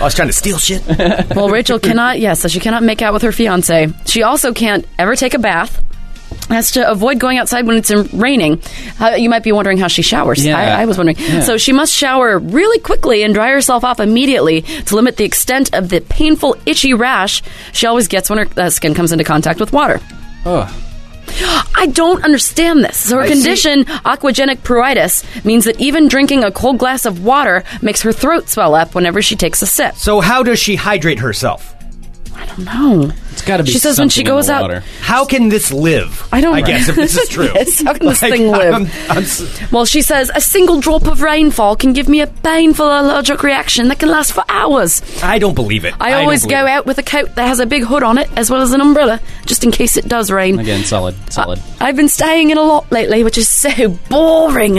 Speaker 6: was trying to steal shit.
Speaker 5: Well, Rachel cannot, yeah, so she cannot make out with her fiance. She also can't ever take a bath. Has to avoid going outside when it's raining. How- you might be wondering how she showers.
Speaker 7: Yeah.
Speaker 5: I, I was wondering.
Speaker 7: Yeah.
Speaker 5: So she must shower really quickly and dry herself off immediately to limit the extent of the painful, itchy rash she always gets when her uh, skin comes into contact with water.
Speaker 7: Ugh.
Speaker 5: I don't understand this. So her condition, aquagenic pruritus, means that even drinking a cold glass of water makes her throat swell up whenever she takes a sip.
Speaker 6: So how does she hydrate herself? Oh.
Speaker 5: No.
Speaker 7: It's got to be.
Speaker 5: She says when she
Speaker 7: something in
Speaker 5: goes
Speaker 7: the
Speaker 5: out-
Speaker 7: water.
Speaker 6: How can this live?
Speaker 5: I don't
Speaker 6: I
Speaker 5: know.
Speaker 6: guess if this is true.
Speaker 5: Yes, how can this thing live?
Speaker 6: I'm- I'm s-
Speaker 5: Well, she says a single drop of rainfall can give me a painful allergic reaction that can last for hours.
Speaker 6: I don't believe it.
Speaker 5: I,
Speaker 6: don't
Speaker 5: always go
Speaker 6: believe it.
Speaker 5: out with a coat that has a big hood on it, as well as an umbrella, just in case it does rain.
Speaker 7: Again, solid,
Speaker 5: Uh,
Speaker 7: solid.
Speaker 5: I've been staying in a lot lately, which is so boring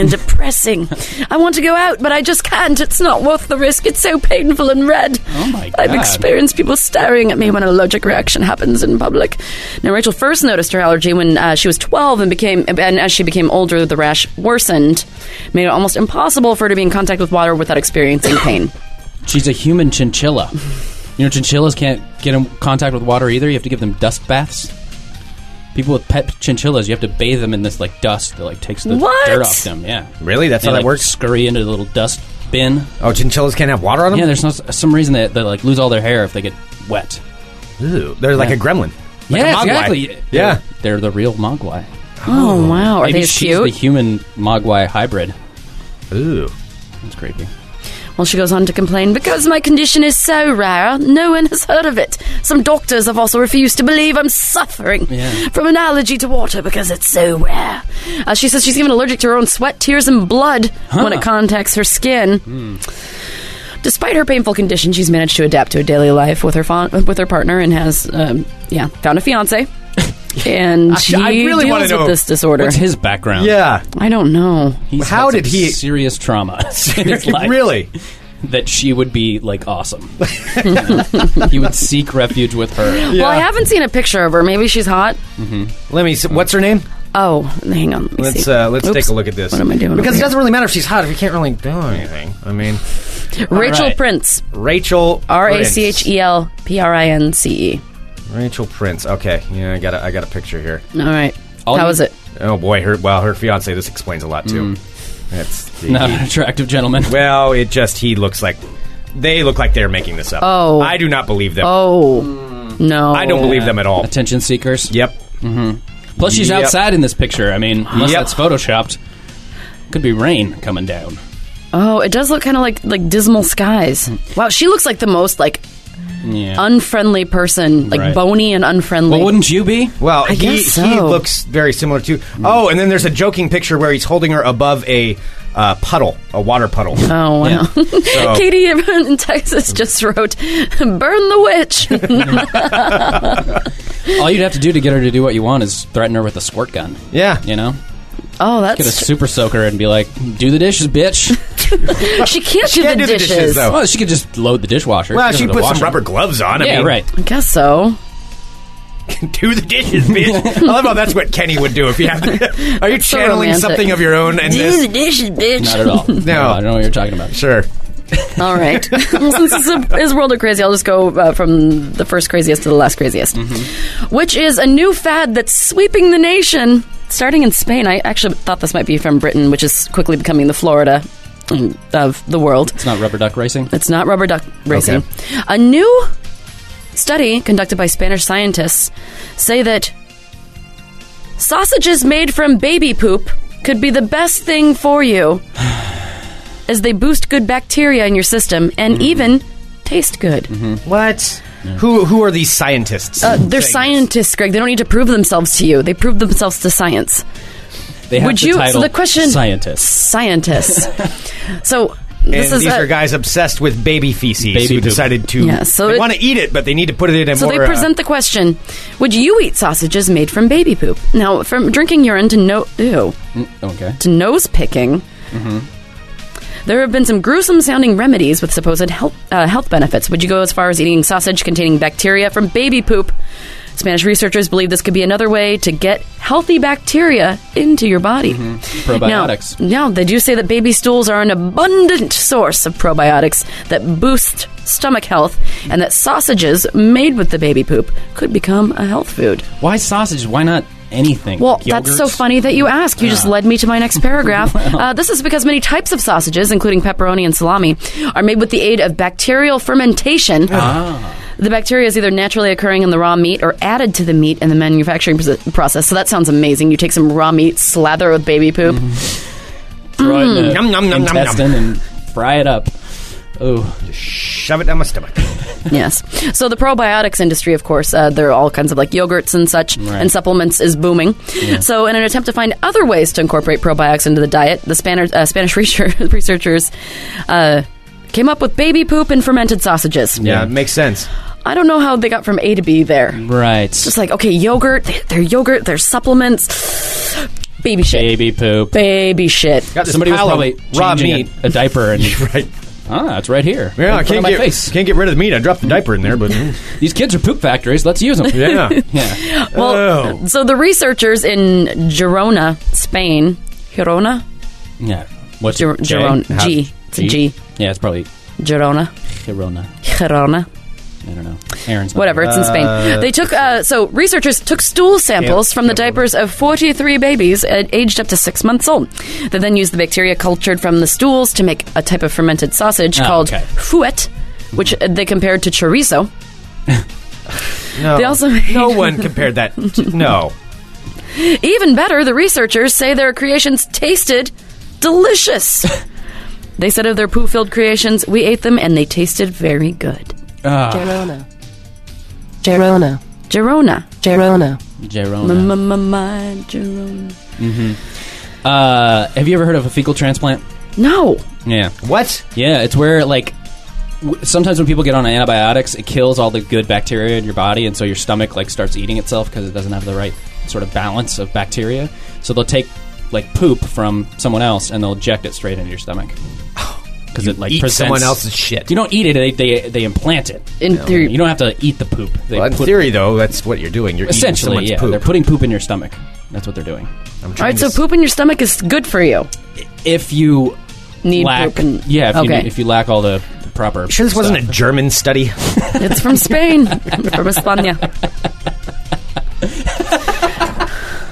Speaker 5: and depressing. I want to go out, but I just can't. It's not worth the risk. It's so painful and red.
Speaker 7: Oh my
Speaker 5: I've
Speaker 7: God.
Speaker 5: experienced people staring at me when an allergic reaction happens in public. Now, Rachel first noticed her allergy when uh, she was 12 and became, and as she became older, the rash worsened, made it almost impossible for her to be in contact with water without experiencing pain.
Speaker 7: Oh, She's a human chinchilla. You know, chinchillas can't get in contact with water either. You have to give them dust baths. People with pet chinchillas, you have to bathe them in this like dust that like takes the
Speaker 5: What?
Speaker 7: dirt off them. Yeah,
Speaker 6: Really? That's
Speaker 7: They,
Speaker 6: how that
Speaker 7: like,
Speaker 6: works?
Speaker 7: Scurry into the little dust bin.
Speaker 6: Oh, chinchillas can't have water on them.
Speaker 7: Yeah, there's no, some reason that they like lose all their hair if they get wet.
Speaker 6: Ooh, they're like
Speaker 7: Yeah.
Speaker 6: a gremlin. Like
Speaker 7: yeah,
Speaker 6: a mogwai.
Speaker 7: exactly.
Speaker 6: Yeah.
Speaker 7: they're, they're the real mogwai.
Speaker 5: Oh, wow. Are
Speaker 7: Maybe
Speaker 5: they
Speaker 7: she's
Speaker 5: cute?
Speaker 7: the human mogwai hybrid.
Speaker 6: Ooh.
Speaker 7: That's creepy.
Speaker 5: Well, she goes on to complain because my condition is so rare, no one has heard of it. Some doctors have also refused to believe I'm suffering
Speaker 7: Yeah.
Speaker 5: from an allergy to water because it's so rare. Uh, she says she's even allergic to her own sweat, tears, and blood when it contacts her skin.
Speaker 6: Hmm.
Speaker 5: Despite her painful condition, she's managed to adapt to a daily life with her fa- with her partner and has, um, yeah, found a fiance. and she
Speaker 6: I really wanna
Speaker 5: deals with
Speaker 6: know
Speaker 5: this disorder.
Speaker 7: What's his background?
Speaker 6: Yeah.
Speaker 5: I don't know.
Speaker 7: He's
Speaker 6: How
Speaker 7: had some
Speaker 6: did he-
Speaker 7: serious trauma in his life
Speaker 6: Really?
Speaker 7: that she would be like awesome. You know? he would seek refuge with her.
Speaker 5: Well, I haven't seen a picture of her. Maybe she's hot.
Speaker 6: Let me. See, what's her name?
Speaker 5: Oh, hang on. Let me
Speaker 6: Let's
Speaker 5: see.
Speaker 6: uh, let's
Speaker 5: Oops.
Speaker 6: take a look at this.
Speaker 5: What am I doing? over
Speaker 6: Because it
Speaker 5: here?
Speaker 6: doesn't really matter if she's hot if you can't really do anything. I mean,
Speaker 5: Rachel
Speaker 7: All right.
Speaker 5: Prince.
Speaker 6: Rachel
Speaker 5: R A C H E L P R I N C E.
Speaker 6: Prince. Rachel Prince. Okay, yeah, I got a, I got a picture here.
Speaker 5: All right.
Speaker 7: All
Speaker 5: How
Speaker 7: you-
Speaker 5: is it?
Speaker 6: Oh boy, her well, her fiance. This explains a lot too.
Speaker 5: Mm.
Speaker 6: That's the,
Speaker 7: Not an attractive gentleman.
Speaker 6: well, it just he looks like they look like they're making this up.
Speaker 5: Oh.
Speaker 6: I do not believe them.
Speaker 5: Oh,
Speaker 7: Hmm.
Speaker 5: no.
Speaker 6: I don't believe them at all.
Speaker 7: Attention seekers.
Speaker 6: Yep.
Speaker 7: Plus, she's
Speaker 6: Yep.
Speaker 7: outside in this picture. I mean, unless
Speaker 6: Yep.
Speaker 7: that's photoshopped, could be rain coming down.
Speaker 5: Oh, it does look kind of like like dismal skies. Wow, she looks like the most like
Speaker 7: Yeah.
Speaker 5: unfriendly person, like
Speaker 7: Right.
Speaker 5: bony and unfriendly.
Speaker 7: well, wouldn't you be?
Speaker 6: Well, he,
Speaker 5: guess
Speaker 6: he
Speaker 5: so. Mm.
Speaker 6: looks very similar to. Oh, and then there's a joking picture where he's holding her above a uh, puddle, a water puddle.
Speaker 5: Oh wow!
Speaker 7: Yeah.
Speaker 5: Katie in Texas just wrote, "Burn the witch."
Speaker 7: All you'd have to do to get her to do what you want is threaten her with a squirt gun.
Speaker 6: Yeah.
Speaker 7: You know,
Speaker 5: oh,
Speaker 7: get a
Speaker 5: that's
Speaker 7: super soaker and be like, "Do the dishes, bitch."
Speaker 5: she can't do,
Speaker 6: can't
Speaker 5: the,
Speaker 6: do the
Speaker 5: dishes.
Speaker 6: dishes, though.
Speaker 7: well, she could just load the dishwasher.
Speaker 6: Oh. Well,
Speaker 7: doesn't
Speaker 6: she
Speaker 7: have to
Speaker 6: put
Speaker 7: wash
Speaker 6: some
Speaker 7: them.
Speaker 6: rubber gloves on. I
Speaker 7: Yeah,
Speaker 6: mean,
Speaker 7: right.
Speaker 5: I guess so.
Speaker 6: do the dishes, bitch. I love how that's what Kenny would do if you have. The, are you
Speaker 5: so
Speaker 6: channeling
Speaker 5: romantic.
Speaker 6: something of your own? And
Speaker 5: Do the
Speaker 6: this,
Speaker 5: dishes, bitch.
Speaker 7: Not at all.
Speaker 6: No.
Speaker 7: I don't know what you're talking about.
Speaker 6: sure.
Speaker 5: All right. Well, Since this is, this is World of Crazy, I'll just go uh, from the first craziest to the last craziest, which is a new fad that's sweeping the nation, starting in Spain. I actually thought this might be from Britain, which is quickly becoming the Florida mm, of the world.
Speaker 7: It's not rubber duck racing.
Speaker 5: It's not rubber duck racing. A new study conducted by Spanish scientists say that sausages made from baby poop could be the best thing for you as they boost good bacteria in your system and
Speaker 6: Mm-hmm.
Speaker 5: even taste good.
Speaker 6: What? Who who are these scientists?
Speaker 5: Uh, they're
Speaker 6: Saying
Speaker 5: scientists, Greg. They don't need to prove themselves to you. They prove themselves to science.
Speaker 7: They have
Speaker 5: Would
Speaker 7: the
Speaker 5: you?
Speaker 7: Title,
Speaker 5: so the question,
Speaker 7: scientists.
Speaker 5: scientists. so this
Speaker 6: this. And
Speaker 5: is
Speaker 6: these
Speaker 5: a-
Speaker 6: are guys obsessed with baby feces
Speaker 7: Baby
Speaker 6: who
Speaker 7: poop.
Speaker 6: decided to
Speaker 5: Yeah, so
Speaker 6: they
Speaker 5: it-
Speaker 6: want to eat it, but they need to put it in a
Speaker 5: So
Speaker 6: more. uh,
Speaker 5: they present the question: Would you eat sausages made from baby poop? Now, from drinking urine to no ew
Speaker 7: Mm, Okay.
Speaker 5: to nose picking. There have been some gruesome sounding remedies with supposed health, uh, health benefits. Would you go as far as eating sausage containing bacteria from baby poop? Spanish researchers believe this could be another way to get healthy bacteria into your body.
Speaker 7: Probiotics.
Speaker 5: Now, now, they do say that baby stools are an abundant source of probiotics that boost stomach health, and that sausages made with the baby poop could become a health food.
Speaker 7: Why sausage? Why not anything?
Speaker 5: Well,
Speaker 7: Like
Speaker 5: that's so
Speaker 7: yogurts?
Speaker 5: funny that you ask. You just led me to my next paragraph. uh, this is because many types of sausages, including pepperoni and salami, are made with the aid of bacterial fermentation.
Speaker 7: Ah,
Speaker 5: The bacteria is either naturally occurring in the raw meat or added to the meat in the manufacturing proce- process. So that sounds amazing. You take some raw meat, slather with baby poop.
Speaker 7: Throw
Speaker 5: Mm.
Speaker 7: it in the
Speaker 6: Yum, yum, yum, yum, yum.
Speaker 7: intestine and fry it up. Oh,
Speaker 6: shove it down my stomach.
Speaker 5: Yes. So the probiotics industry, of course, uh, there are all kinds of like yogurts and such, and supplements is booming. So, in an attempt to find other ways to incorporate probiotics into the diet, the Spanish, uh, Spanish research- researchers uh, came up with baby poop and fermented sausages.
Speaker 6: Yeah, it makes sense.
Speaker 5: I don't know how they got from A to B there.
Speaker 7: right.
Speaker 5: Just like, okay, yogurt, they- they're yogurt, they're supplements, baby shit.
Speaker 7: baby poop.
Speaker 5: Baby shit.
Speaker 6: Got this
Speaker 7: Somebody was
Speaker 6: pile of
Speaker 7: probably
Speaker 6: raw
Speaker 7: changing
Speaker 6: meat.
Speaker 7: a, a diaper and
Speaker 6: Right.
Speaker 7: ah, it's right here.
Speaker 6: Yeah,
Speaker 7: right
Speaker 6: I
Speaker 7: in front of
Speaker 6: can't
Speaker 7: my
Speaker 6: get
Speaker 7: face.
Speaker 6: can't get rid of the meat. I dropped the diaper in there, but
Speaker 7: These kids are poop factories. Let's use them.
Speaker 6: yeah.
Speaker 7: yeah.
Speaker 5: Well, uh,
Speaker 6: Oh.
Speaker 5: so the researchers in Girona, Spain, Girona?
Speaker 7: Yeah. What's
Speaker 5: Gir-
Speaker 7: it? J?
Speaker 5: Girona.
Speaker 7: How-
Speaker 5: G. It's a G.
Speaker 7: Yeah, it's probably
Speaker 5: Girona.
Speaker 7: Girona.
Speaker 5: Girona.
Speaker 7: I don't know. Aaron's not
Speaker 5: whatever. It's in Spain. They took uh, so researchers took stool samples from the diapers of 43 babies uh, aged up to six months old. They then used the bacteria cultured from the stools to make a type of fermented sausage
Speaker 7: Oh,
Speaker 5: called
Speaker 7: okay.
Speaker 5: fuet, which uh, they compared to chorizo.
Speaker 6: No.
Speaker 5: They also made-
Speaker 6: no one compared that. To, no.
Speaker 5: Even better, the researchers say their creations tasted delicious. they said of their poo-filled creations, we ate them and they tasted very good.
Speaker 7: Ah,
Speaker 4: Gerona. Gerona.
Speaker 5: Girona,
Speaker 4: Gerona.
Speaker 7: Girona.
Speaker 5: my, my Girona.
Speaker 7: Uh, have you ever heard of a fecal transplant?
Speaker 5: No,
Speaker 7: Yeah.
Speaker 6: What?
Speaker 7: Yeah, it's where like w- sometimes when people get on antibiotics, it kills all the good bacteria in your body, and so your stomach like starts eating itself because it doesn't have the right sort of balance of bacteria. So they'll take like poop from someone else and they'll eject it straight into your stomach because it like
Speaker 6: Oh, Eat
Speaker 7: presents,
Speaker 6: someone else's shit.
Speaker 7: You don't eat it; they they, they implant it.
Speaker 5: in theory,
Speaker 7: You don't have to eat the poop. They
Speaker 6: Well, in
Speaker 7: put-
Speaker 6: theory, though, that's what you're doing. You're
Speaker 7: essentially, yeah,
Speaker 6: eating someone's
Speaker 7: they're
Speaker 6: poop.
Speaker 7: putting poop in your stomach. That's what they're doing.
Speaker 6: I'm
Speaker 5: All
Speaker 6: trying
Speaker 5: right,
Speaker 6: to
Speaker 5: so poop in your stomach is good for you.
Speaker 7: If you
Speaker 5: Need
Speaker 7: lack,
Speaker 5: poop and
Speaker 7: yeah, if,
Speaker 5: okay.
Speaker 7: you, if you lack all the, the proper.
Speaker 6: Sure, this wasn't
Speaker 7: stuff.
Speaker 6: a German study.
Speaker 5: it's from Spain, from España.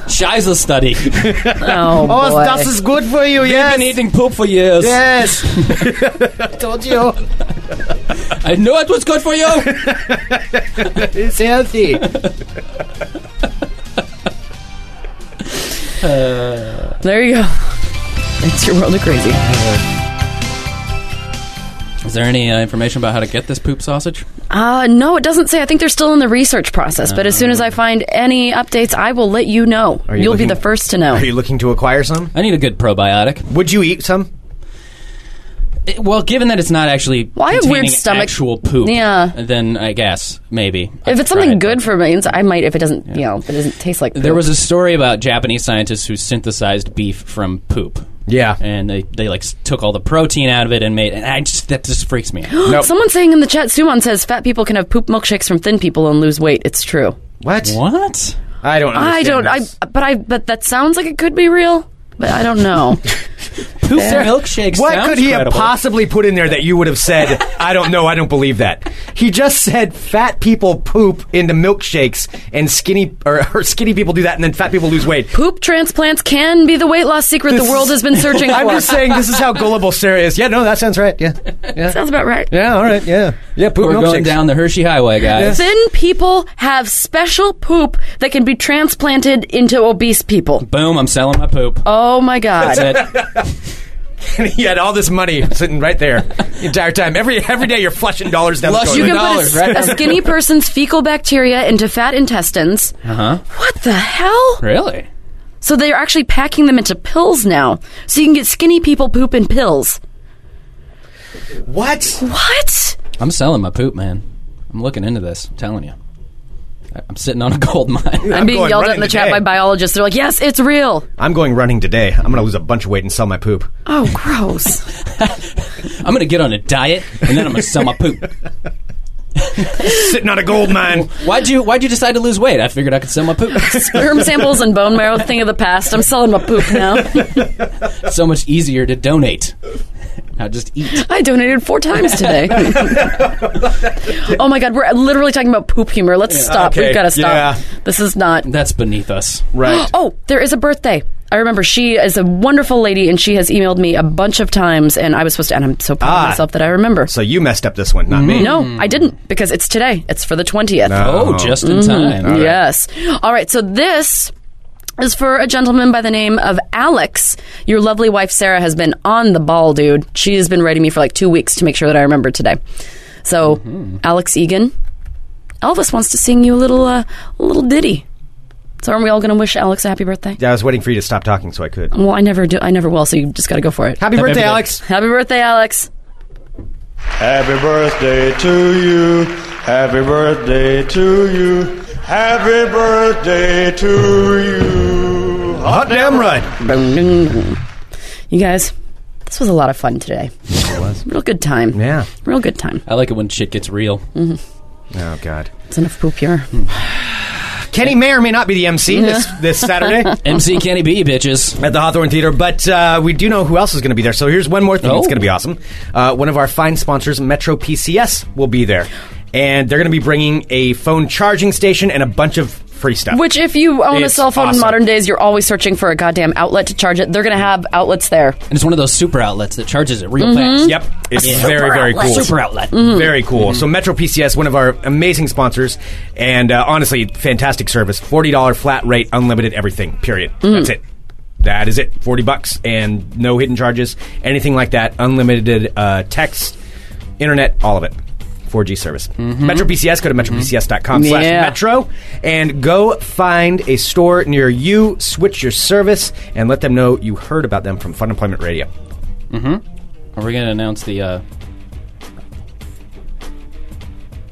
Speaker 7: Shiza study. You've
Speaker 5: Oh, boy.
Speaker 6: is good for you.
Speaker 7: been eating poop for years.
Speaker 6: Yes. I told you
Speaker 7: I knew it was good for you.
Speaker 6: it's healthy.
Speaker 5: there you go. It's your world of crazy.
Speaker 7: Is there any uh, information about how to get this poop sausage?
Speaker 5: Uh, no, it doesn't say. I think they're still in the research process. But as soon as I
Speaker 7: Uh-huh.
Speaker 5: find any updates, I will let you know.
Speaker 6: Are you
Speaker 5: will be
Speaker 6: looking-
Speaker 5: the first to know.
Speaker 6: Are you looking to acquire some?
Speaker 7: I need a good probiotic.
Speaker 6: Would you eat some?
Speaker 7: It- well, given that it's not actually
Speaker 5: I have
Speaker 7: containing
Speaker 5: weird stomach-
Speaker 7: actual poop,
Speaker 5: Yeah.
Speaker 7: then I guess maybe
Speaker 5: if
Speaker 7: I'd
Speaker 5: it's
Speaker 7: try
Speaker 5: something
Speaker 7: it,
Speaker 5: good
Speaker 7: but-
Speaker 5: for me, I might. If it doesn't, you know, if it doesn't taste like.
Speaker 7: There was a story about Japanese scientists who synthesized beef from poop.
Speaker 6: Yeah.
Speaker 7: and they, they like s- took all the protein out of it and made and I just that just freaks me out.
Speaker 6: No.
Speaker 5: Someone saying in the chat, Suman says fat people can have poop milkshakes from thin people and lose weight. It's true.
Speaker 6: What?
Speaker 7: what?
Speaker 6: I don't.
Speaker 5: I
Speaker 6: Understand
Speaker 5: don't. I
Speaker 6: this.
Speaker 5: but I but that sounds like it could be real. But I don't know.
Speaker 7: Poop milkshakes.
Speaker 6: What
Speaker 7: sounds
Speaker 6: could he
Speaker 7: credible.
Speaker 6: have possibly put in there that you would have said? I don't know. I don't believe that. He just said fat people poop into milkshakes, and skinny or, or skinny people do that, and then fat people lose weight.
Speaker 5: Poop transplants can be the weight loss secret the
Speaker 6: This
Speaker 5: world
Speaker 6: is-
Speaker 5: has been searching for.
Speaker 6: I'm just saying this is how gullible Sarah is. Yeah, no, that sounds right. Yeah, yeah,
Speaker 5: Sounds about right.
Speaker 6: yeah. All right. Yeah, yeah. Poop
Speaker 7: We're
Speaker 6: milkshakes.
Speaker 7: going down the Hershey Highway, guys.
Speaker 5: Thin people have special poop that can be transplanted into obese people.
Speaker 6: Uh,
Speaker 7: Boom! I'm selling my poop.
Speaker 5: Oh my god.
Speaker 7: That's it.
Speaker 6: and he had all this money sitting right there the entire time. Every every day you're flushing dollars down
Speaker 7: Flush
Speaker 6: the
Speaker 5: You
Speaker 6: toilet.
Speaker 5: can put a
Speaker 7: dollars,
Speaker 5: s-
Speaker 7: right?
Speaker 5: a, skinny person's fecal bacteria into fat intestines.
Speaker 6: Uh-huh.
Speaker 7: Uh huh.
Speaker 5: What the hell?
Speaker 7: Really?
Speaker 5: So they're actually packing them into pills now, so you can get skinny people poop in pills.
Speaker 6: what?
Speaker 5: What?
Speaker 7: I'm selling my poop, man. I'm looking into this. I'm telling you. I- I'm sitting on a gold mine.
Speaker 5: I'm, being
Speaker 6: going
Speaker 5: yelled at
Speaker 6: running
Speaker 5: in the chat
Speaker 6: today.
Speaker 5: by biologists. They're like, "Yes, it's real."
Speaker 6: I'm going running today. I'm going to lose a bunch of weight and sell my poop.
Speaker 5: Oh, gross.
Speaker 7: I'm going to get on a diet and then I'm going to sell my poop.
Speaker 6: Sitting on a gold mine.
Speaker 7: Why'd you Why'd you decide to lose weight? I figured I could sell my poop.
Speaker 5: Sperm samples and bone marrow thing of the past. I'm selling my poop now.
Speaker 7: so much easier to donate. Not just eat.
Speaker 5: I donated four times today. oh my god, we're literally talking about poop humor. Let's stop.
Speaker 6: okay,
Speaker 5: We've got to stop.
Speaker 6: yeah.
Speaker 5: This is not
Speaker 7: That's beneath us.
Speaker 6: Right.
Speaker 5: Oh, there is a birthday. I remember she is a wonderful lady, and she has emailed me a bunch of times, and I was supposed to. And I'm so proud
Speaker 6: Ah.
Speaker 5: of myself that I remember.
Speaker 6: So Hmm. you messed up this one, not me.
Speaker 5: No, I didn't because it's today. It's for the twentieth.
Speaker 7: Oh, just in
Speaker 6: Mm-hmm.
Speaker 7: time.
Speaker 5: Yes. All right. So this is for a gentleman by the name of Alex. Your lovely wife Sarah has been on the ball, dude. She has been writing me for like two weeks to make sure that I remember today. So, Alex Egan, Elvis wants to sing you a little, uh, a little ditty. So, aren't we all going to wish Alex a happy birthday?
Speaker 6: Yeah, I was waiting for you to stop talking so I could.
Speaker 5: Well, I never do. I never will. So you just got to go for it.
Speaker 6: Happy birthday,
Speaker 7: birthday.
Speaker 6: Alex.
Speaker 5: Happy birthday, Alex.
Speaker 10: Happy birthday to you. Happy birthday to you. Happy birthday to you.
Speaker 6: Hot damn right.
Speaker 5: You guys, this was a lot of fun today. Real good time.
Speaker 6: Yeah.
Speaker 5: Real good time.
Speaker 7: I like it when shit gets real.
Speaker 6: Oh, God.
Speaker 5: It's enough poop here.
Speaker 6: Kenny may or may not be the MC this, this Saturday at
Speaker 7: MC Kenny B, bitches.
Speaker 6: the Hawthorne Theater, but uh, we do know who else is going to be there. So here's one more thing.
Speaker 7: Oh.
Speaker 6: It's going to be awesome. Uh, one of our fine sponsors, Metro PCS, will be there. And they're going to be bringing a phone charging station and a bunch of free stuff.
Speaker 5: Which, if you own
Speaker 6: It's
Speaker 5: a cell phone
Speaker 6: awesome.
Speaker 5: in modern days, you're always searching for a goddamn outlet to charge it. They're going to have outlets there.
Speaker 7: And it's one of those super outlets that charges it real fast.
Speaker 6: Yep. It's very, very cool.
Speaker 7: Super
Speaker 6: Mm-hmm.
Speaker 7: outlet.
Speaker 6: Very cool. So Metro PCS, one of our amazing sponsors, and uh, honestly, fantastic service. Forty dollar flat rate, unlimited everything. Period. That's it. That is it. Forty bucks and no hidden charges, anything like that. Unlimited uh, text, internet, all of it. 4G service. Metro PCS, go to metropcs.com slash
Speaker 5: Yeah.
Speaker 6: metro and go find a store near you, switch your service, and let them know you heard about them from Fun Employment Radio.
Speaker 7: Are we gonna announce the uh,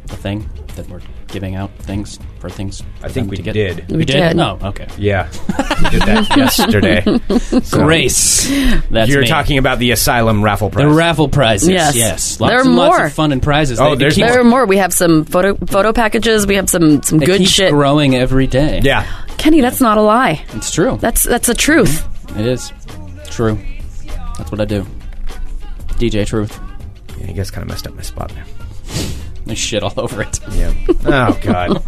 Speaker 7: the thing that we're giving out things for things? for
Speaker 6: I think
Speaker 7: them
Speaker 6: we
Speaker 7: to get?
Speaker 6: did.
Speaker 7: We,
Speaker 5: We
Speaker 7: did.
Speaker 5: did.
Speaker 7: No. Okay.
Speaker 6: Yeah. we did that yesterday.
Speaker 7: Grace. That's
Speaker 6: You're
Speaker 7: me.
Speaker 6: talking about the asylum raffle prize.
Speaker 7: the raffle prizes.
Speaker 5: Yes.
Speaker 7: Yes. Lots
Speaker 5: There are
Speaker 7: and lots
Speaker 5: more.
Speaker 7: of fun and prizes. They-
Speaker 6: Oh,
Speaker 7: they
Speaker 6: there's
Speaker 7: keep-
Speaker 5: There are more. We have some photo photo packages. We have some some
Speaker 7: they
Speaker 5: good
Speaker 7: keep
Speaker 5: shit.
Speaker 7: growing every day.
Speaker 6: yeah,
Speaker 5: Kenny, that's not a lie.
Speaker 7: It's true.
Speaker 5: That's that's a truth.
Speaker 7: It is. True. That's what I do. DJ Truth.
Speaker 6: yeah, you guys kind of messed up my spot there.
Speaker 7: I shit all over it.
Speaker 6: Yeah. oh God.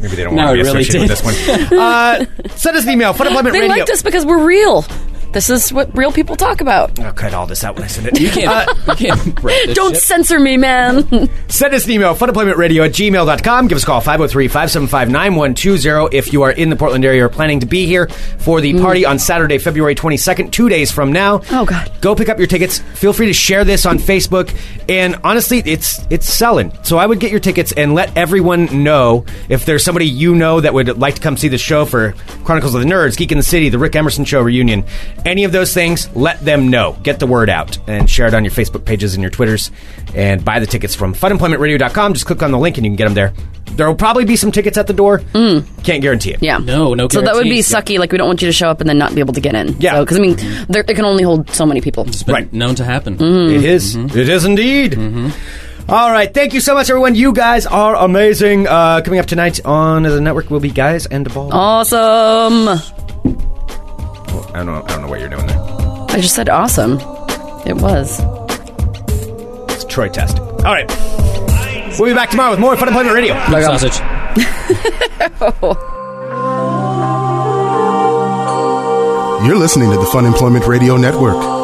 Speaker 6: Maybe they don't
Speaker 7: No,
Speaker 6: want to be
Speaker 7: it really
Speaker 6: associated with this one. Uh, send us an email. Fun Employment
Speaker 5: They
Speaker 6: Radio.
Speaker 5: liked us because we're real. This is what real people talk about.
Speaker 6: I'll cut all this out when I send it.
Speaker 7: You can't. you can't. break this
Speaker 5: Uh, Don't
Speaker 7: shit.
Speaker 5: censor me, man.
Speaker 6: Send us an email, funemploymentradio at gmail.com. Give us a call, 503-575-9120 if you are in the Portland area or planning to be here for the party on Saturday, February 22nd, two days from now.
Speaker 5: Oh, God.
Speaker 6: Go pick up your tickets. Feel free to share this on Facebook. And honestly, it's it's selling. So I would get your tickets and let everyone know if there's somebody you know that would like to come see the show for Chronicles of the Nerds, Geek in the City, the Rick Emerson Show reunion, any of those things, let them know. Get the word out and share it on your Facebook pages and your Twitters and buy the tickets from funemploymentradio.com. Just click on the link and you can get them there. There will probably be some tickets at the door. Can't guarantee it.
Speaker 5: Yeah.
Speaker 7: No, no
Speaker 5: So that would be
Speaker 7: guarantees.
Speaker 5: sucky. Like we don't want you to show up and then not be able to get in.
Speaker 6: Yeah.
Speaker 5: Because I mean, there, it can only hold so many people.
Speaker 7: It's been
Speaker 6: Right.
Speaker 7: known to happen.
Speaker 5: Mm-hmm.
Speaker 6: It is. It is indeed. All right. Thank you so much, everyone. You guys are amazing. Uh, coming up tonight on the network will be Guys and Ball.
Speaker 5: Awesome.
Speaker 6: I don't know. I don't know what you're doing there.
Speaker 5: I just said awesome. It was.
Speaker 6: It's Troy Test. All right. We'll be back tomorrow with more Fun Employment Radio.
Speaker 7: Sausage. Oh.
Speaker 1: You're listening to the Fun Employment Radio Network.